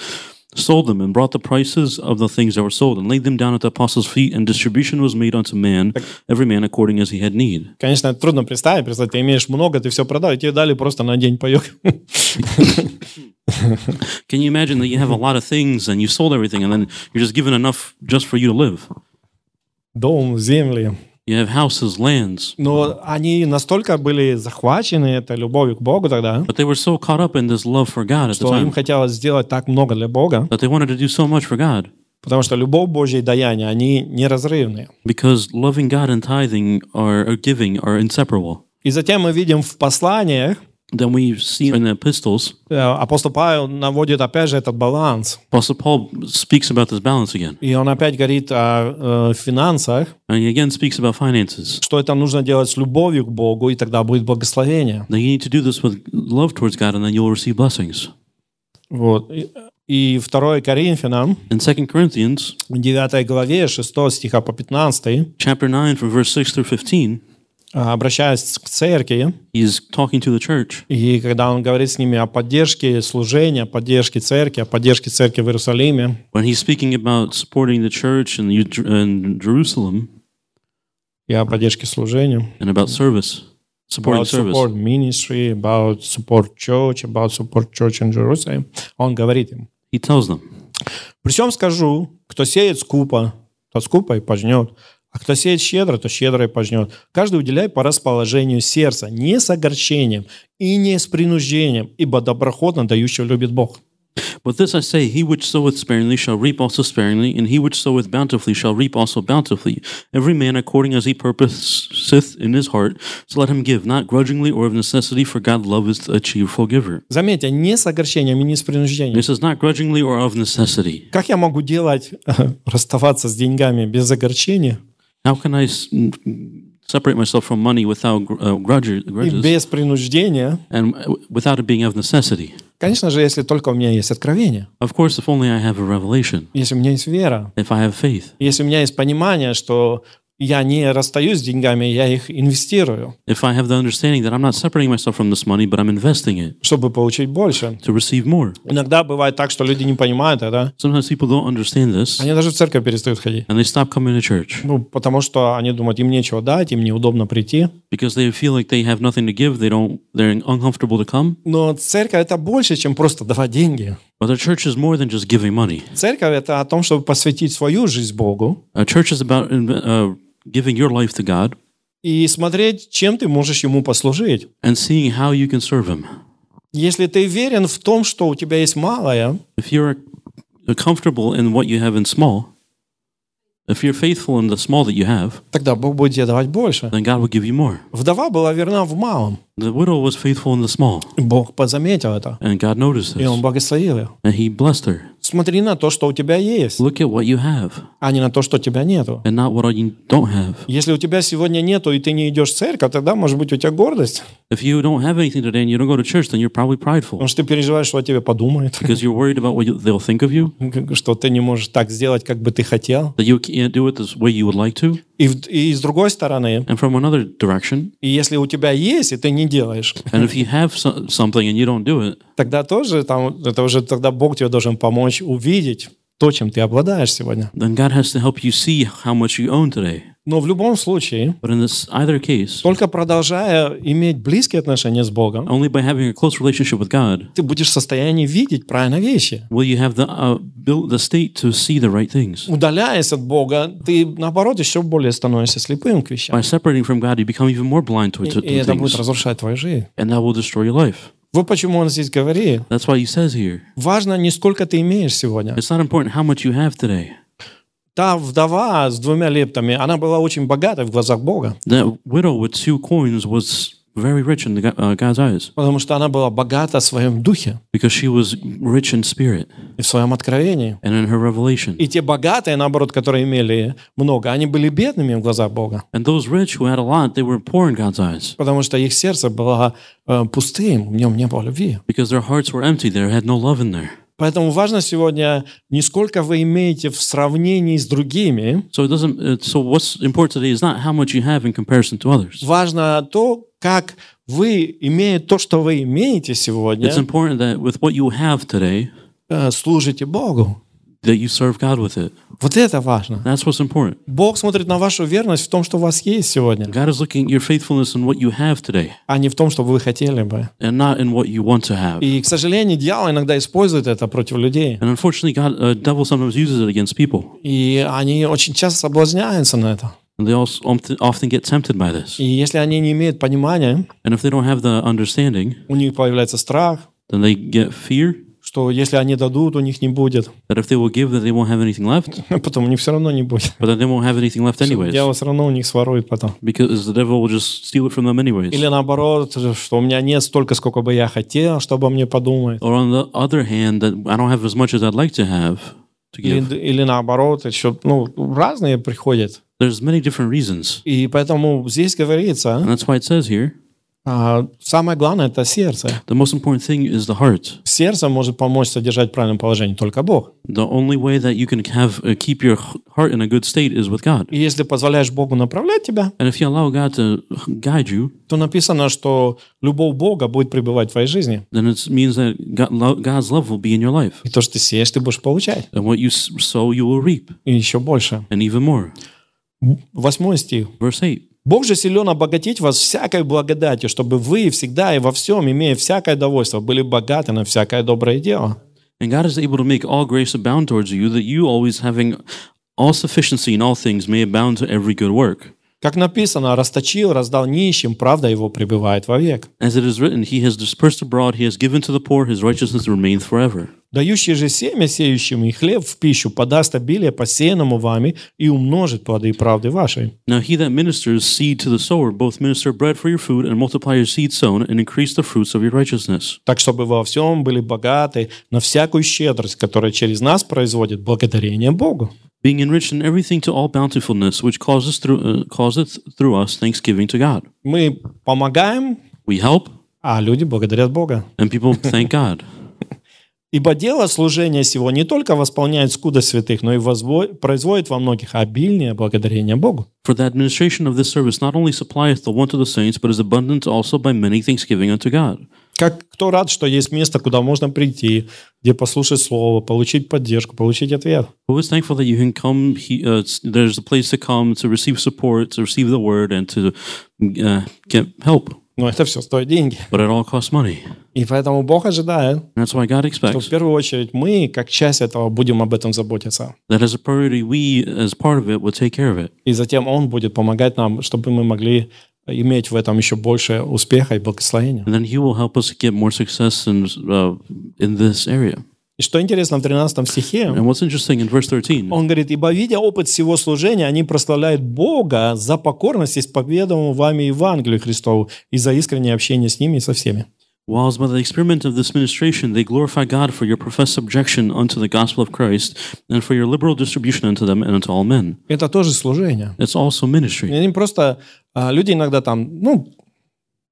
sold them and brought the prices of the things that were sold and laid them down at the apostles' feet, and distribution was made unto man, every man according as he had need.
Конечно, это трудно представить, представь, ты имеешь много, ты все продал, и тебе дали просто на день паек.
Can you imagine that you have a lot of things and you sold everything, and then you're just given enough just for you to live?
(laughs) Дом, земли.
You have houses, lands,
Но они настолько были захвачены этой любовью к Богу тогда,
but they were so caught up in this love for God at the
что
time.
им хотелось сделать так много для Бога,
that they wanted to do so much for God
потому что любовь Божья и даяние, они неразрывные.
because loving God and tithing are, or giving are inseparable.
И затем мы видим в посланиях,
Then we see in the epistles,
Э, апостол Павел наводит опять же этот баланс.
Apostle Paul speaks about this balance again,
И он опять говорит о э, финансах,
and he again speaks about finances.
что это нужно делать с любовью к Богу, и тогда будет благословение.
That you need to do this with love towards God, and then you'll receive blessings.
Вот. И- И 2 Коринфянам,
In 2 Corinthians
9 главе, 6 стиха по э, 15,
chapter nine, from verse six through fifteen,
а, обращаясь к церкви,
he's talking to the church,
и когда он говорит с ними о поддержке служения, о поддержке церкви, о поддержке церкви в Иерусалиме,
when he's speaking about supporting the church in, Ju- in Jerusalem
и о поддержке служения,
and about service, supporting
about
service.
support ministry, about support church, about support church in Jerusalem, он говорит им,
He tells them,
При всем скажу, кто сеет скупо, тот скупо и пожнет. А кто сеет щедро, то щедро и пожнет. Каждый уделяй по расположению сердца, не с огорчением и не с принуждением, ибо доброхотно дающего любит Бог.
But this I say, he which soweth sparingly shall reap also sparingly, and he which soweth bountifully shall reap also bountifully. Every man according as he purposeth in his heart, so let him give, not grudgingly or of necessity, for God loveth a cheerful giver.
Заметьте, не с огорчением и не с принуждением.
This is not grudgingly or of necessity.
Как я могу делать, (laughs) расставаться с деньгами без огорчения
How can I s- mm, separate myself from money without gr- uh, grudge,
и
grudges
без принуждения?
and w- without it being of necessity?
Конечно же, если только у меня есть откровение,
Of course, if only I have a revelation,
если у меня есть вера,
if I have faith,
если у меня есть понимание, что я не расстаюсь с деньгами, я их инвестирую,
if I have the understanding that I'm not separating myself from this money, but I'm investing it
чтобы получить больше.
to receive more.
Иногда бывает так, что люди не понимают это.
Sometimes people don't understand this
Они даже в церковь перестают ходить.
and they stop coming to church
Ну, потому что они думают, им нечего дать, им неудобно прийти.
because they feel like they have nothing to give. They don't. They're uncomfortable to come.
Но церковь — это больше, чем просто давать деньги.
But the church is more than just giving money.
Церковь — это о том, чтобы посвятить свою жизнь Богу
A church is about inv- uh, giving your life to God
и смотреть, чем ты можешь Ему послужить.
and seeing how you can serve Him.
Если ты верен в том, что у тебя есть малое,
If you're comfortable in what you have in small, if you're faithful in the small that you have,
тогда Бог будет тебе давать больше.
then God will give you more.
Вдова была верна в малом.
The widow was faithful in the small,
Бог позаметил это,
and God noticed
и Он
this,
благословил ее.
and He blessed her.
Смотри на то, что у тебя есть,
Look at what you have,
а не на то, что у тебя нету.
and not what you don't have.
Если у тебя сегодня нету, и ты не идешь в церковь, тогда, может быть, у тебя гордость,
If you don't have anything today and you don't go to church, then you're probably
(laughs)
prideful
потому что ты переживаешь, что о тебе подумают, (laughs)
because you're worried about what you, they'll think of you,
что ты не можешь так сделать, как бы ты хотел.
that you can't do it the way you would like to.
И, в- и с другой стороны,
And from another direction,
и если у тебя есть, и ты не делаешь, (laughs)
and if you have so- something and you don't do it,
тогда тоже там, это уже тогда Бог тебе должен помочь увидеть то, чем ты обладаешь сегодня.
then God has to help you see how much you own today.
Но в любом случае,
But in this either case,
только продолжая иметь близкие отношения с Богом,
only by having a close relationship with God
ты будешь в состоянии видеть правильно вещи.
will you have the uh, built the state to see the right things.
Удаляясь от Бога, ты, наоборот, еще более становишься слепым к вещам.
By separating from God, you become even more blind to, to,
И
to
это будет
things,
разрушать твою жизнь.
and that will destroy your life.
Вот почему он здесь говорит.
That's why He says here,
Важно не сколько ты имеешь сегодня.
it's not important how much you have today.
Та вдова с двумя лептами, она была очень богата в глазах Бога,
That widow with two coins was very rich in the, go- uh, God's eyes
потому что она была богата в своем духе
because she was rich in spirit
и в своем откровении.
and in her revelation.
И те богатые, наоборот, которые имели много, они были бедными в глазах Бога,
And those rich who had a lot, they were poor in God's eyes
потому что их сердце было э, пустым, в нем не было любви.
because their hearts were empty. There had no love in there.
Поэтому важно сегодня не сколько вы имеете в сравнении с другими,
So it doesn't. It, so what's important today is not how much you have in comparison to others.
важно то, как вы, имея то, что вы имеете сегодня,
It's important that with what you have today,
э, служите Богу.
that you serve God with it.
Вот это важно.
That's what's important.
Бог смотрит на вашу верность в том, что у вас есть сегодня,
God is looking at your faithfulness in what you have today,
а не в том, что вы хотели бы.
and not in what you want to have.
И, к сожалению, дьявол иногда использует это против людей.
And unfortunately, God, uh, devil sometimes uses it against people,
И они очень часто соблазняются на это.
and they also omt- often get tempted by this.
И если они не имеют понимания,
And if they don't have the understanding,
у них появляется страх,
then they get fear
что если они дадут, у них не будет. (laughs) А
that if they will give, that they won't have anything left.
Потом у них все равно не будет.
But then they won't have anything left anyways,
Дьявол все равно у них сворует потом.
because the devil will just steal it from them anyways.
Или наоборот, что у меня нет столько, сколько бы я хотел, что обо мне подумают.
Or on the other hand, that I don't have as much as I'd like to have to
Или,
give.
или наоборот, еще ну, разные приходят.
There's many different reasons,
И поэтому здесь говорится,
and that's why it says here
а, самое главное это сердце.
the most important thing is the heart.
Сердце может помочь содержать в правильном положении только Бог.
The only way that you can have uh, keep your h- heart in a good state is with God.
И если позволяешь Богу направлять тебя,
And if you allow God to guide you,
то написано, что любовь Бога будет пребывать в твоей жизни.
then it means that God, lo- God's love will be in your life.
И то, что ты сеешь, ты будешь получать.
And what you s- sow, you will reap,
И еще больше.
and even more.
Восьмой стих.
Verse 8
Бог же силен обогатить вас всякой благодатью, чтобы вы всегда и во всем, имея всякое довольство, были богаты на всякое доброе дело.
And God is able to make all grace abound towards you, that you always having all sufficiency in all things may abound to every good work.
Как написано, расточил, раздал нищим, правда его пребывает вовек.
As it is written, He has dispersed abroad, He has given to the poor, His righteousness remains forever.
Дающий же семя сеющим и хлеб в пищу подаст обилие посеянному вами и умножит плоды правды вашей.
Now he that ministers seed to the sower both minister bread for your food and multiply your seed sown and increase the fruits of your righteousness.
Так, чтобы во всем были богаты на всякую щедрость, которая через нас производит благодарение Богу.
being enriched in everything to all bountifulness, which causes through uh, causeth through us thanksgiving to God.
Мы помогаем,
We help,
а люди благодарят Бога.
and people thank God.
Ибо дело служения сего не только восполняет скудость святых, но и возво- производит во многих обильнее благодарение Богу.
For the administration of this service not only supplieth the want of the saints, but is abundant also by many thanksgiving unto God.
Как кто рад, что есть место, куда можно прийти, где послушать слово, получить поддержку, получить ответ.
Who is thankful that you can come? He, uh, it's- there's a place to come to receive support, to receive the word, and to uh, get help.
Но это все стоит деньги.
But it all costs money. And
И поэтому Бог ожидает,
that's why God
что
expects
в первую очередь мы, как часть этого, будем об этом заботиться.
that as a priority, we, as part of it, will take care of it.
И затем Он будет помогать нам, чтобы мы могли иметь в этом еще больше успеха и благословения.
and then he will help us get more success in, uh, in this area.
И что интересно, в 13 стихе
And what's interesting in verse 13,
он говорит, «Ибо, видя опыт всего служения, они прославляют Бога за покорность исповедуемому вами Евангелию Христову и за искреннее общение с ними и со всеми».
whilst by the experiment of this ministration they glorify God for your professed subjection unto the gospel of Christ and for your liberal distribution unto them and unto all men.
Это тоже служение.
It's also ministry.
И Они просто... а, Люди иногда там, ну,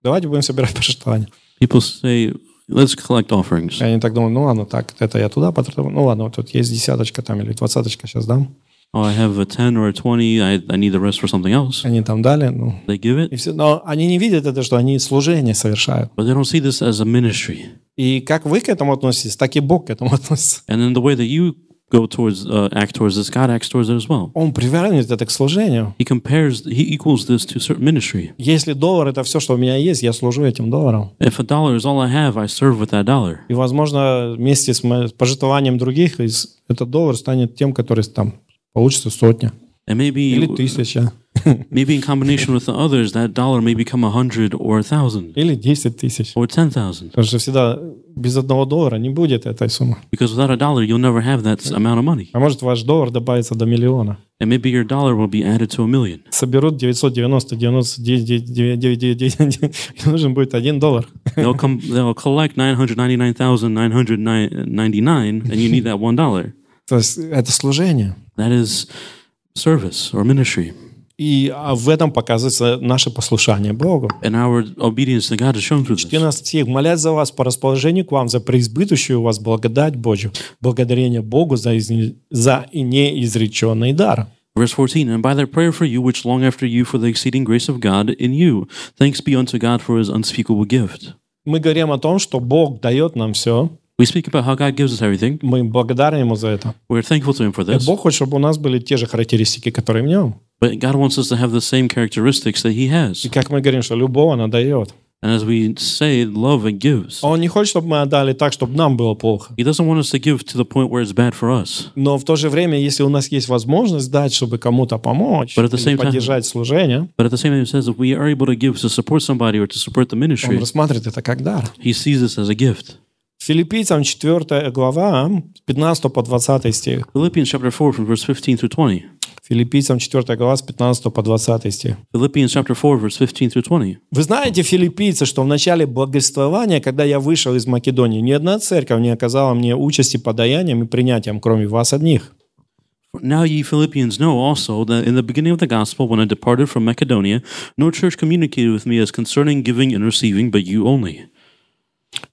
давайте будем собирать пожертвования.
People say, let's collect offerings.
И они так думают, ну ладно, так, это я туда потратил. Ну ладно, вот тут есть десяточка там или двадцаточка, сейчас дам.
Oh, I have a 10 or a 20, I, I need the rest for something else.
Они там дали, ну.
They give
И
it,
все, но они не видят это, что они служение совершают.
but they don't see this as a ministry.
И как вы к этому относитесь, так и Бог к этому (laughs) относится.
And then the way that you go towards, uh, act towards this, God acts towards it as well.
Он привернет это к служению.
He compares, he equals this to certain ministry.
Если доллар это все, что у меня есть, я служу этим долларом.
If a dollar is all I have, I serve with that dollar.
И, возможно, вместе с мо- с пожитованием других из- этот доллар станет тем, который там получится сотня
And maybe,
или тысяча,
maybe in combination with the others, that dollar may become a hundred or a thousand
или 10 тысяч.
or ten thousand.
Потому что всегда без одного доллара не будет этой суммы.
Because without a dollar, you'll never have that s- amount of money.
А может, ваш доллар добавится до миллиона.
And maybe your dollar will be added to a million.
соберут 990, 99, нужен будет 1 доллар.
They'll come, (laughs) they'll collect nine hundred ninety nine thousand nine hundred ninety nine, and you need that one dollar.
(laughs) То есть это служение.
That is service or ministry.
И а, в этом показывается наше послушание Богу.
And our obedience to God is shown through this.
14 стих. «Молять за вас по расположению к вам, за преизбытущую у вас благодать Божью, благодарение Богу за, изне- за и неизреченный дар».
Verse 14, and by their prayer for you, which long after you for the exceeding grace of God in you, thanks be unto God for his unspeakable gift.
Мы говорим о том, что Бог дает нам все.
We speak about how God gives us everything.
Мы благодарны Ему за это.
We're thankful to him for
И
this.
Бог хочет, чтобы у нас были те же характеристики, которые в Нем.
But God wants us to have the same characteristics that he has.
И как мы говорим, что любого она дает.
And as we say, love and gives.
А Он не хочет, чтобы мы отдали так, чтобы нам было плохо.
He doesn't want us to give to the point where it's bad for us.
Но в то же время, если у нас есть возможность дать, чтобы кому-то помочь,
But at the
или
same time-
поддержать служение,
But at the same time, he says if we are able to give to support somebody or to support the
он
ministry,
рассматривает это как дар.
he sees this as a gift.
Филиппийцам 4 глава, с 15 по 20 стих.
Philippians chapter 4, from verse 15 through 20.
Филиппийцам 4 глава, с 15 по 20 стих.
Philippians chapter 4, verse 15 through 20.
Вы знаете, филиппийцы, что в начале благовествования, когда я вышел из Македонии, ни одна церковь не оказала мне участи подаянием и принятием, кроме вас одних.
Now ye Philippians know also that in the beginning of the gospel, when I departed from Macedonia, no church communicated with me as concerning giving and receiving, but you only.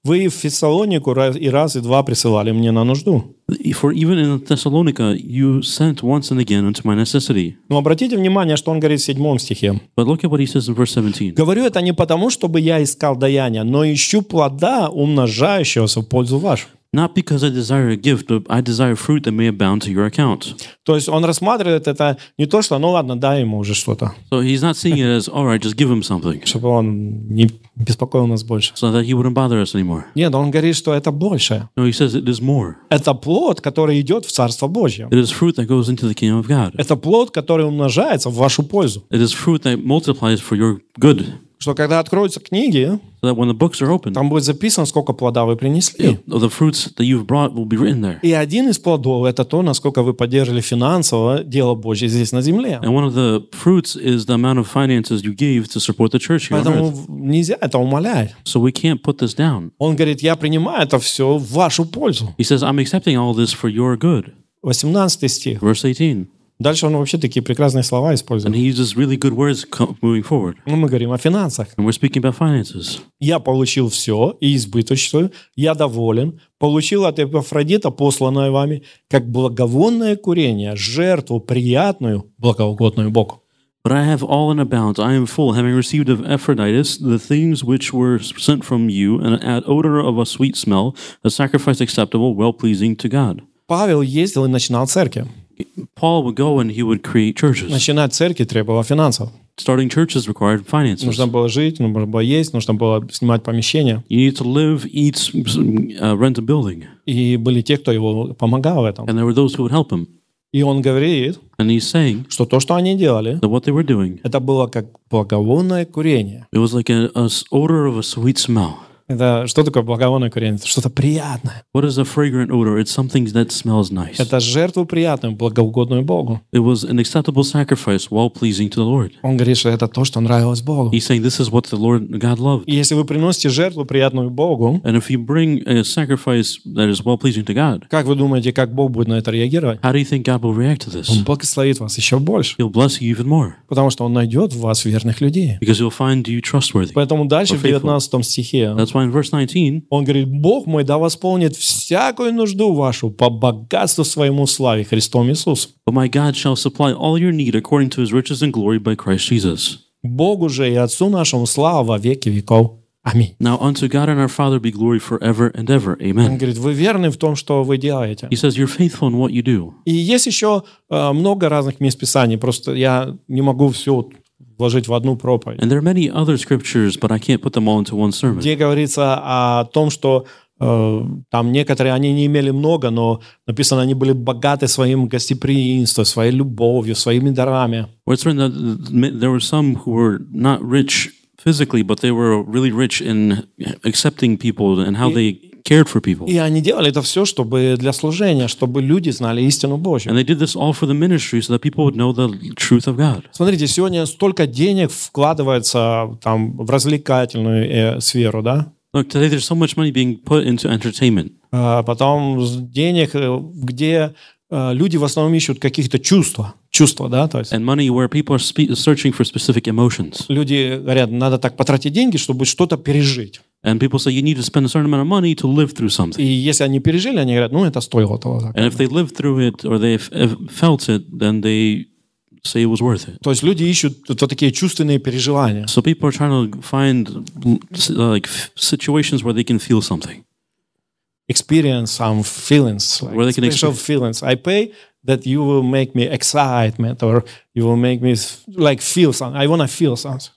Вы в Фессалонику раз- и раз, и два присылали мне на нужду.
For even in Thessalonica you sent once and again unto my necessity.
Но обратите внимание, что он говорит в седьмом стихе.
But look at what he says in verse 17.
Говорю это не потому, чтобы я искал даяния, но ищу плода, умножающегося в пользу вашу.
Not because I desire a gift, but I desire fruit that may abound to your account.
То есть он рассматривает это не то, что ну ладно, дай ему уже что-то,
So he's not seeing it as, all right, just give him something,
чтобы он не беспокоил нас больше.
so that he wouldn't bother us anymore.
Нет, он говорит, что это больше.
No, he says it is more.
Это плод, который идет в Царство Божье.
It is fruit that goes into the kingdom of God.
Это плод, который умножается в вашу пользу.
It is fruit that multiplies for your good,
Что когда откроются книги,
so that when the books are opened,
там будет записано, сколько плода вы принесли.
the fruits that you've brought will be written there.
И один из плодов – это то, насколько вы поддержали финансово дело Божье здесь на земле.
And one of the fruits is the amount of finances you gave to support the church here on
Поэтому
earth.
нельзя это умолять.
So we can't put this down.
Он говорит, я принимаю это все в вашу пользу.
He says, I'm accepting all this for your good.
18 стих.
Verse 18.
Дальше он вообще такие прекрасные слова
And
использует.
he uses really good words co- moving forward.
Ну, мы говорим о финансах.
And we're speaking about finances.
Я получил все и избыточную, я доволен, получил от Эпафродита, посланное вами, как благовонное курение, жертву приятную, благоугодную Богу.
But I have all in abound. I am full, having received of Ephroditus the things which were sent from you, an an odor of a sweet smell, a sacrifice acceptable, well pleasing to God.
Павел ездил и начинал церкви.
Paul would go and he would create churches.
Начинать церкви требовало финансов.
Starting churches required finances.
Нужно было жить, нужно было есть, нужно было снимать помещение.
You need to live, eat, uh, rent a building.
И были те, кто его помогал в этом.
And there were those who would help him.
И он говорит,
And he's saying
что то, что они делали,
that what they were doing,
это было как благовонное курение.
it was like an odor of a sweet smell.
Это что такое благовонное курение? Это что-то приятное.
What is a fragrant odor? It's something that smells nice.
Это жертву приятную, благоугодную Богу.
It was an acceptable sacrifice, well pleasing to the Lord.
Он говорит, что это то, что нравилось Богу.
He's saying this is what the Lord God loved.
И если вы приносите жертву приятную Богу,
And if you bring a sacrifice that is well pleasing to God,
как вы думаете, как Бог будет на это реагировать?
how do you think God will react to this?
Он благословит вас еще больше,
He'll bless you even more
потому что Он найдет в вас верных людей.
because he'll find you trustworthy.
Поэтому дальше в
Faithful.
19 стихе
That's why in verse 19,
он говорит, «Бог мой да восполнит всякую нужду вашу по богатству своему славе Христом Иисусом».
but my God shall supply all your need according to his riches and glory by Christ Jesus.
Богу же и Отцу нашему слава во веки веков. Аминь.
Now unto God and our Father be glory forever and ever.
Он
Amen.
говорит, вы верны в том, что вы делаете.
He says, You're faithful in what you do.
И есть еще э, много разных мест Писаний, просто я не могу все вложить в одну проповедь.
And there are many other scriptures, but I can't put them all into one sermon.
Где говорится о том, что э, там некоторые, они не имели много, но написано, они были богаты своим гостеприимством, своей любовью, своими дарами.
Well, it's written that there were some who were not rich physically, but they were really rich in accepting people and how they cared for people.
И они делали это все, чтобы для служения, чтобы люди знали истину Божью.
And they did this all for the ministry so that people would know the truth of God.
Смотрите, сегодня столько денег вкладывается там в развлекательную э, сферу, да?
Look, today there's so much money being put into entertainment.
А потом с- денег, э, где э, люди в основном ищут каких-то чувства, чувства, да, то есть
and money where people are spe- searching for specific emotions.
люди говорят, надо так потратить деньги, чтобы что-то пережить.
And people say you need to spend a certain amount of money to live through
И
something.
если они пережили, они говорят, ну это стоило того. так».
And if they lived through it or they f- f- felt it, then they say it was worth it.
То есть люди ищут вот такие чувственные переживания.
So people are trying to find uh, like f- situations where they can feel something.
Experience some feelings, like
Where they can
special feelings. I pay that you will make me excitement or you will make me s- like feel something. I wanna feel something.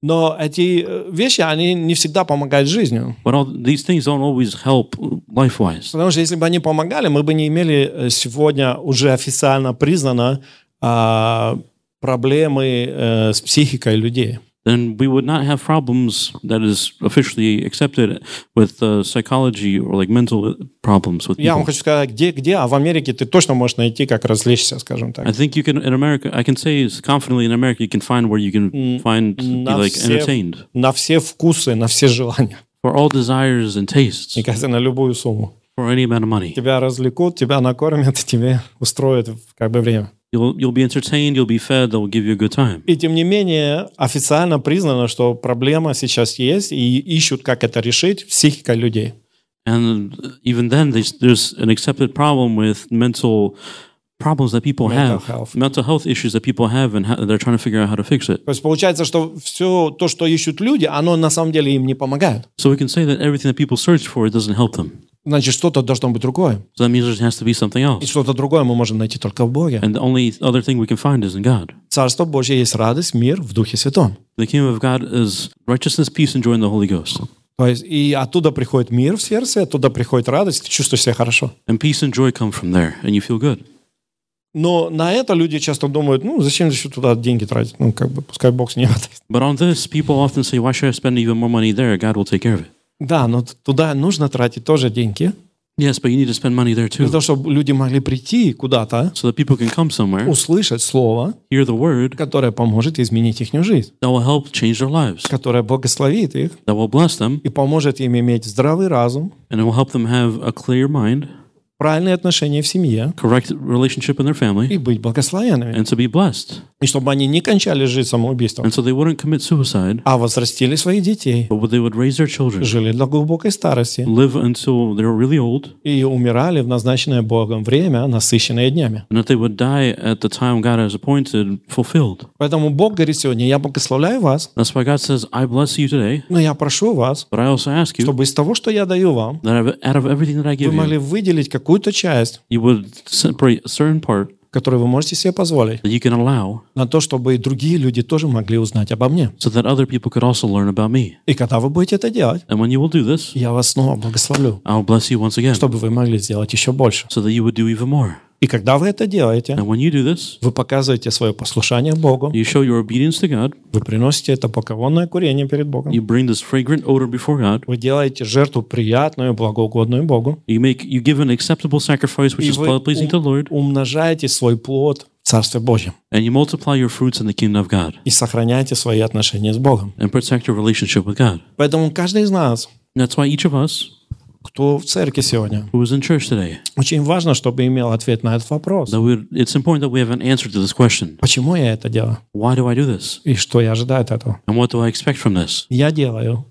Но эти э, вещи, они не всегда помогают жизнью.
But all these things don't always help life wise.
Потому что если бы они помогали, мы бы не имели э, сегодня уже официально признано а, проблемы э, с психикой людей.
Then we would not have problems that is officially accepted with uh, psychology or like mental problems with
Я вам
people.
хочу сказать, где, где, а в Америке ты точно можешь найти, как развлечься, скажем
I
так.
think you can in America. I can say is confidently in America you can find where you can find be
Mm, not
like
safe.
entertained
На все вкусы, на все желания.
for all desires and tastes
Мне кажется, на любую сумму.
for any amount of money.
Тебя развлекут, тебя накормят, (laughs) тебе устроят как бы время.
You'll you'll be entertained. You'll be fed. They'll give you a good time.
И тем не менее, официально признано, что проблема сейчас есть, и ищут, как это решить, психика людей.
And uh, even then, there's, there's an accepted problem with mental problems that people
Mental
have,
health.
mental health issues that people have, and how, they're trying to figure out how to fix it.
То есть получается, что все то, что ищут люди, оно на самом деле им не помогает.
So we can say that everything that people search for doesn't help them.
Значит, что-то должно быть другое.
So that means there has to be something
И
else.
что-то другое мы можем найти только в Боге.
And the only other thing we can find is in God.
Царство Божье есть радость, мир в Духе Святом.
The kingdom of God is righteousness, peace, and joy in the Holy Ghost.
То есть и оттуда приходит мир в сердце, оттуда приходит радость, ты чувствуешь себя хорошо.
And peace and joy come from there, and you feel good.
Но на это люди часто думают, ну зачем еще туда деньги тратить? Ну как бы пускай Бог (laughs) снимает.
But on this, people often say, Why should I spend even more money there? God will take care of it.
Да, но т- туда нужно тратить тоже деньги,
Yes, but you need to spend money there
для
too.
того, чтобы люди могли прийти куда-то,
So that people can come somewhere,
услышать слово,
hear the word
которое поможет изменить их жизнь,
that will help change their lives,
которое благословит их
that will bless them,
и поможет им иметь здравый разум,
and it will help them have a clear mind,
правильные отношения в семье
correct relationship in their family,
и быть благословенными.
and to be blessed.
И чтобы они не кончали жизнь самоубийством,
And so they wouldn't commit suicide,
а возрастили своих детей,
but they would raise their children,
жили до глубокой старости,
live until they were really old,
и умирали в назначенное Богом время, насыщенное днями.
and that they would die at the time God has appointed, fulfilled.
Поэтому Бог говорит сегодня, я благословляю вас,
That's why God says, I bless you today,
но я прошу вас,
but I also ask you
чтобы из того, что я даю вам,
that out of- out of everything that
вы
I give you,
могли выделить какую-то часть,
you would separate a certain part
которую вы можете себе позволить,
that you can allow
на то, чтобы и другие люди тоже могли узнать обо мне.
so that other people could also learn about me.
И когда вы будете это делать,
And when you will do this,
я вас снова благословлю,
I'll bless you once again
чтобы вы могли сделать еще больше.
so that you would do even more.
И когда вы это делаете,
And when you do this,
вы показываете свое послушание Богу,
you show your obedience to God,
вы приносите это поклонное курение перед Богом,
you bring this fragrant odor before God,
вы делаете жертву приятную, благоугодную Богу,
you make you give an acceptable sacrifice which
И
is
вы
pleasing to the Lord,
умножаете свой плод в Царстве Божьем
and you multiply your fruits in the kingdom of God
и сохраняете свои отношения с Богом.
and protect your relationship with God.
Поэтому каждый из нас,
And that's why each of us
кто в церкви сегодня,
who is in church today,
очень важно, чтобы имел ответ на этот вопрос.
that we it's important that we have an answer to this question.
Почему я это делаю?
Why do I do this?
И что я ожидаю от этого?
And what do I expect from this?
Я делаю,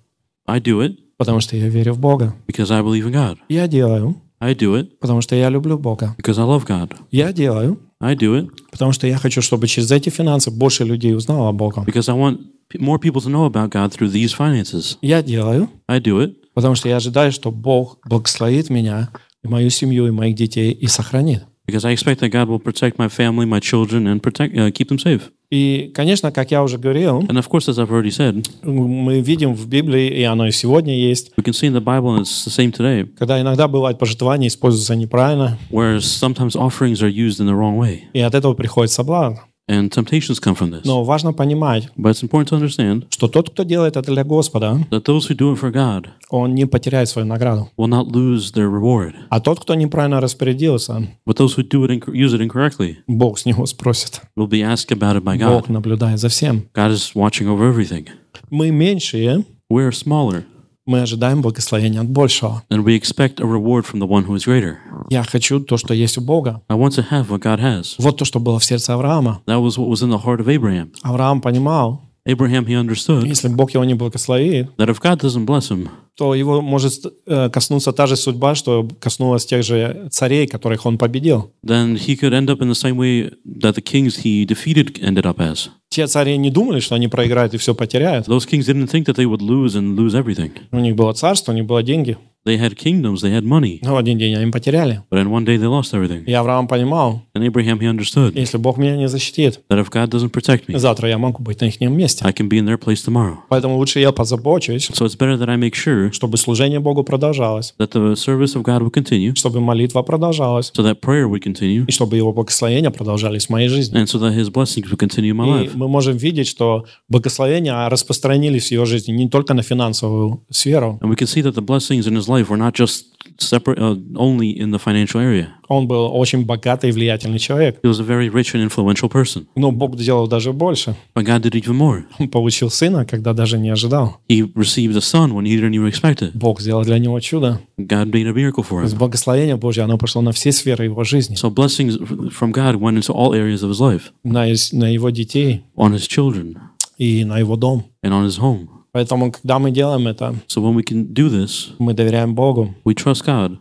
I do it
потому что я верю в Бога.
because I believe in God.
Я делаю,
I do it
потому что я люблю Бога.
because I love God.
Я делаю,
I do it
потому что я хочу, чтобы через эти финансы больше людей узнало о Боге.
because I want p- more people to know about God through these finances.
Я делаю,
I do it
потому что я ожидаю, что Бог благословит меня, и мою семью, и моих детей, и сохранит.
because I expect that God will protect my family, my children, and protect uh, keep them safe.
И, конечно, как я уже говорил,
And of course, as I've already said,
мы видим в Библии, и оно и сегодня есть,
we can see in the Bible, and it's the same today,
когда иногда bывает пожертвования используются неправильно,
whereas sometimes offerings are used in the wrong way,
и от этого приходит соблазн.
and temptations come from this.
Но важно понимать,
But it's important to understand
что тот, кто делает это для Господа,
that those who do it for God
он не потеряет свою награду.
will not lose their reward,
А тот, кто неправильно распорядился,
but those who do it inc- use it incorrectly
Бог с него спросит.
will be asked about it by
Бог
God.
наблюдает за всем.
God is watching over everything.
Мы меньшие,
We're smaller,
мы ожидаем благословения от большего.
and we expect a reward from the one who is greater.
Я хочу то, что есть у Бога.
I want to have what God has.
Вот то, что было в сердце Авраама.
That was what was in the heart of Abraham.
Авраам понимал,
Abraham, he understood
если Бог его не благословит,
that if God doesn't bless him,
то его может э, коснуться та же судьба, что коснулась тех же царей, которых он победил.
then he could end up in the same way that the kings he defeated ended up as.
Те цари не думали, что они проиграют и все потеряют.
Those kings didn't think that they would lose and lose everything.
У них было царство, у них было деньги.
They had kingdoms, they had money,
Но в один день они потеряли.
but in one day they lost everything.
И Авраам понимал,
And Abraham, he understood
если Бог меня не защитит,
that if God doesn't protect me,
завтра я могу быть на их месте.
I can be in their place tomorrow.
Поэтому лучше я позабочусь,
So it's better that I make sure
чтобы служение Богу продолжалось,
that the service of God will continue,
чтобы молитва продолжалась,
so that prayer would continue,
и чтобы его благословения продолжались в моей жизни.
and so that his blessings would continue in my
И
life.
мы можем видеть, что благословения распространились в его жизни не только на финансовую сферу.
And we can see that the blessings in his life were not just separate, uh, only in the financial area.
Он был очень богатый и влиятельный человек.
He was a very rich and influential person.
Но Бог сделал даже больше.
But God did even more.
Он получил сына, когда даже не ожидал.
He received a son when he didn't even expect it.
Бог сделал для него чудо.
God made a miracle
То
for
есть
him.
благословение Божье, оно пошло на все сферы его жизни,
So blessings f- from God went into all areas of his life,
на, из- на его детей
on his children
и на его дом.
and on his home.
Поэтому, когда мы делаем это,
So when we can do this,
мы доверяем Богу,
we trust God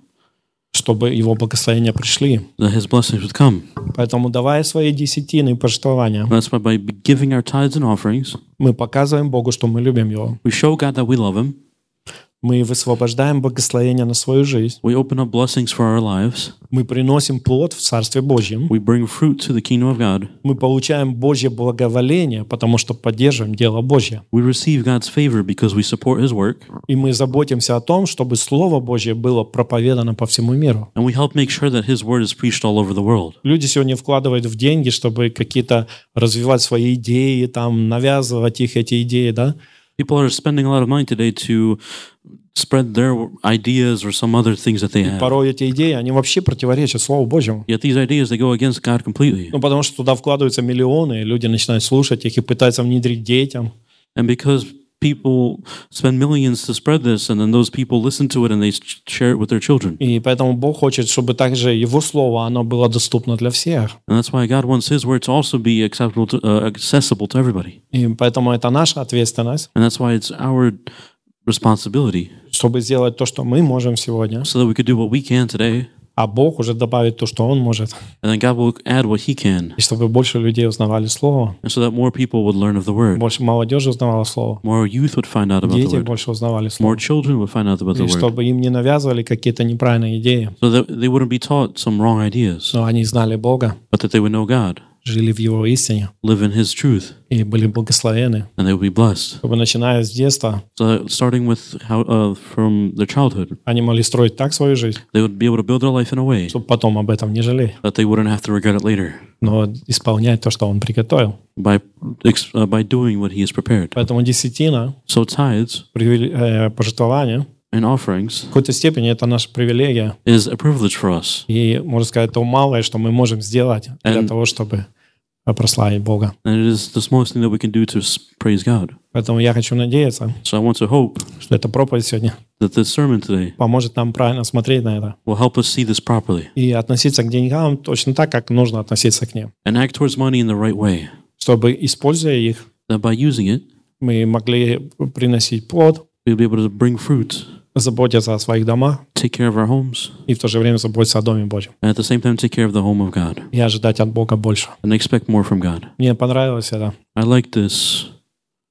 чтобы его благословения пришли.
that his blessings would come.
Поэтому, давая свои десятины и пожертвования,
And that's why by giving our tithes and offerings,
мы показываем Богу, что мы любим его.
we show God that we love him.
Мы высвобождаем благословение на свою жизнь.
We open up blessings for our lives.
Мы приносим плод в Царстве Божьем.
We bring fruit to the kingdom of God.
Мы получаем Божье благоволение, потому что поддерживаем дело Божье.
We receive God's favor because we support His work.
И мы заботимся о том, чтобы Слово Божье было проповедано по всему миру.
And we help make sure that His word is preached all over the world.
Люди сегодня вкладывают в деньги, чтобы какие-то развивать свои идеи, там, навязывать их эти идеи, да?
People are spending a lot of money today to spread their ideas or some other things that they have.
Порой эти идеи, они вообще противоречат Слову Божьему.
Yet these ideas, they go against God completely.
Ну, потому что туда вкладываются миллионы, и люди начинают слушать их и пытаются внедрить детям.
And because people spend millions to spread this, and then those people listen to it and they sh- share it with their children.
И поэтому Бог хочет, чтобы также Его Слово, оно было доступно для всех.
And that's why God wants His word to also be acceptable to, uh, accessible to everybody.
И поэтому это наша ответственность,
And that's why it's our responsibility
чтобы сделать то, что мы можем сегодня,
so that we could do what we can today,
а Бог уже добавит то, что Он может,
and then God will add what He can,
и чтобы больше людей узнавали Слово,
and so that more people would learn of the word,
больше молодежи узнавала Слово,
more youth would find out about the
дети
word,
больше узнавали Слово,
more children would find out about
и
the word,
чтобы им не навязывали какие-то неправильные идеи,
so that they wouldn't be taught some wrong ideas,
но они знали Бога,
but that they would know God,
жили в Его истине
live in His truth,
и были благословены,
and they would be blessed.
чтобы начиная с детства
So that starting with how uh, from their childhood,
они могли stроить так свою жизнь,
they would be able to build their life in a way
чтобы потом об этом не жалели,
that they wouldn't have to regret it later
но исполнять то, что Он приготовил.
by ex- uh, by doing what He has prepared.
Поэтому десятина
So tithes
привили- э, пожертвования.
and offerings
В какой-то степени это наша привилегия.
is a privilege for us,
И, можно сказать, то малое, что мы можем сделать для
And-
того, чтобы прославить Бога.
and it is the smallest thing that we can do to s- praise God.
Поэтому я хочу надеяться,
So I want to hope
что эта проповедь сегодня
that this sermon today
поможет нам правильно смотреть на это
will help us see this properly
и относиться к деньгам точно так, как нужно относиться к ним,
and act towards money in the right way.
чтобы, используя их,
That by using it,
мы могли приносить плод,
we'll be able to bring fruit,
заботиться о своих домах
take care of our homes,
и в то же время заботиться о Доме Божьем
and at the same time take care of the home of God
и ожидать от Бога больше.
and expect more from God.
Мне понравилось это,
I like this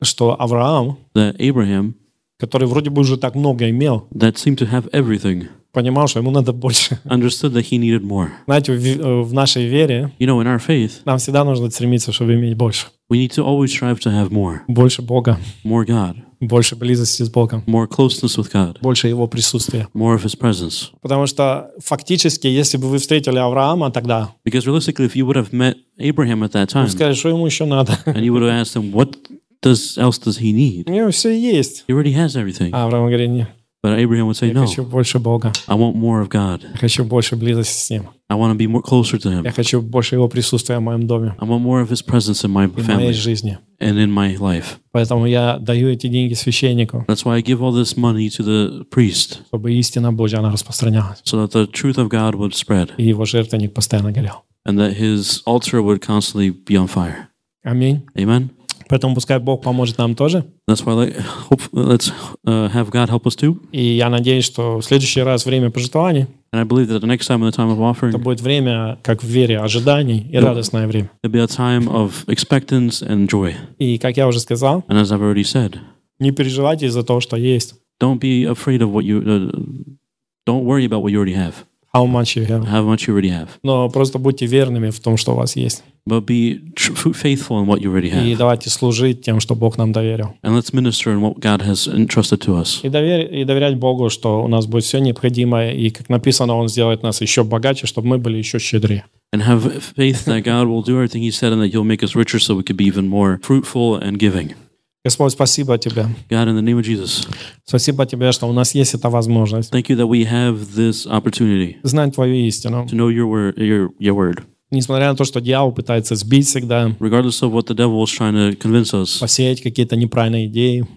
что Авраам,
that Abraham,
который вроде бы уже так много имел,
that seemed to have everything,
понимал, что ему надо больше. (laughs)
understood that he needed more.
Знаете, в, э, в нашей вере
You know, in our faith,
нам всегда нужно стремиться, чтобы иметь больше.
we need to always strive to have more,
Больше Бога,
more God,
больше близости с Богом,
more closeness with God,
больше Его присутствия.
more of His presence.
Потому что фактически, если бы вы встретили Авраама тогда,
Because realistically, if you would have met Abraham at that time
вы сказали, что ему еще надо? (laughs)
and you would have asked him, what does else does he
У
need?
него все есть.
He already has everything.
А Авраам говорит, нет,
But Abraham would say,
я
no,
хочу больше Бога,
I want more of God.
я хочу больше близости с Ним,
I want to be more closer to him.
я хочу больше Его присутствия в моем доме,
I want more of his presence in my
в моей
family
жизни.
and in my life.
Поэтому я даю эти деньги священнику,
That's why I give all this money to the priest
чтобы истина Божья, она распространялась,
so that the truth of God would spread
и его жертвенник постоянно горел.
and that his altar would constantly be on fire.
Аминь.
Amen.
Поэтому пускай Бог поможет нам тоже.
That's why let, hope, let's uh, have God help us too.
И я надеюсь, что в следующий раз время пожертвований
And I believe that the next time in the time of
это
offering,
будет время, как в вере, ожиданий и радостное время.
It'll be a time of expectance and joy.
И, как я уже сказал,
And as I've already said,
не переживайте из-за того, что есть.
don't be afraid of what you. Uh, don't worry about what you already have,
How much you have.
how much you already have,
Но просто будьте верными в том, что у вас есть.
but be tr- f- faithful in what you already
И
have,
давайте служить тем, что Бог нам доверил.
and let's minister in what God has entrusted to us,
И, довер- и доверять Богу, что у нас будет все необходимое. И, как написано, Он сделает нас еще богаче, чтобы мы были еще щедрее.
and have faith that God will do everything He said, and that He'll make us richer, so we could be even more fruitful and giving.
Господь, спасибо Тебе.
God, in the name of Jesus,
Спасибо Тебе, что у нас есть эта возможность
thank you that we have this opportunity
знать Твою истину.
to know Your word, Your Your word,
Несмотря на то, что дьявол пытается сбить всегда,
regardless of what the devil is trying to convince us.
посеять какие-то неправильные идеи.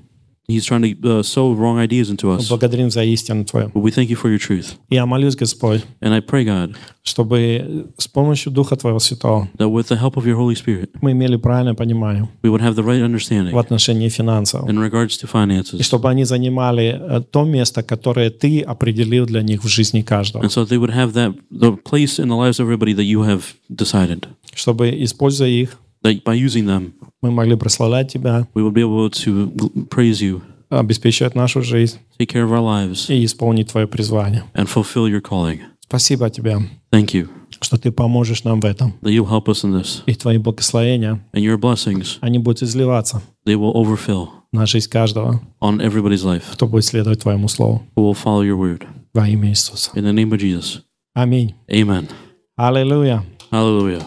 He's trying to uh, sow wrong ideas into us.
Благодарим за истину Твою.
But we thank you for your truth.
Я молюсь, Господь,
And I pray, God,
чтобы с помощью Духа Твоего Святого
that with the help of your Holy Spirit,
мы имели правильное понимание
we would have the right
в
understanding
отношении финансов.
in regards to
И
finances.
чтобы они занимали э, то место, которое Ты определил для них в жизни каждого.
And so they would have that the place in the lives of everybody that you have decided.
Чтобы, используя их,
That by using them,
мы могли прославлять Тебя,
we would be able to praise you
обеспечивать нашу жизнь
take care of our lives,
и исполнить Твое призвание.
and fulfill your calling.
Спасибо Тебе,
Thank you
что Ты поможешь нам в этом.
that you'll help us in this.
И Твои благословения,
And your blessings,
они будут изливаться
they will overfill
на жизнь каждого,
on everybody's life
кто будет следовать Твоему Слову.
who will follow your word.
Во имя Иисуса.
In the name of Jesus.
Аминь.
Amen.
Аллилуйя.
Hallelujah.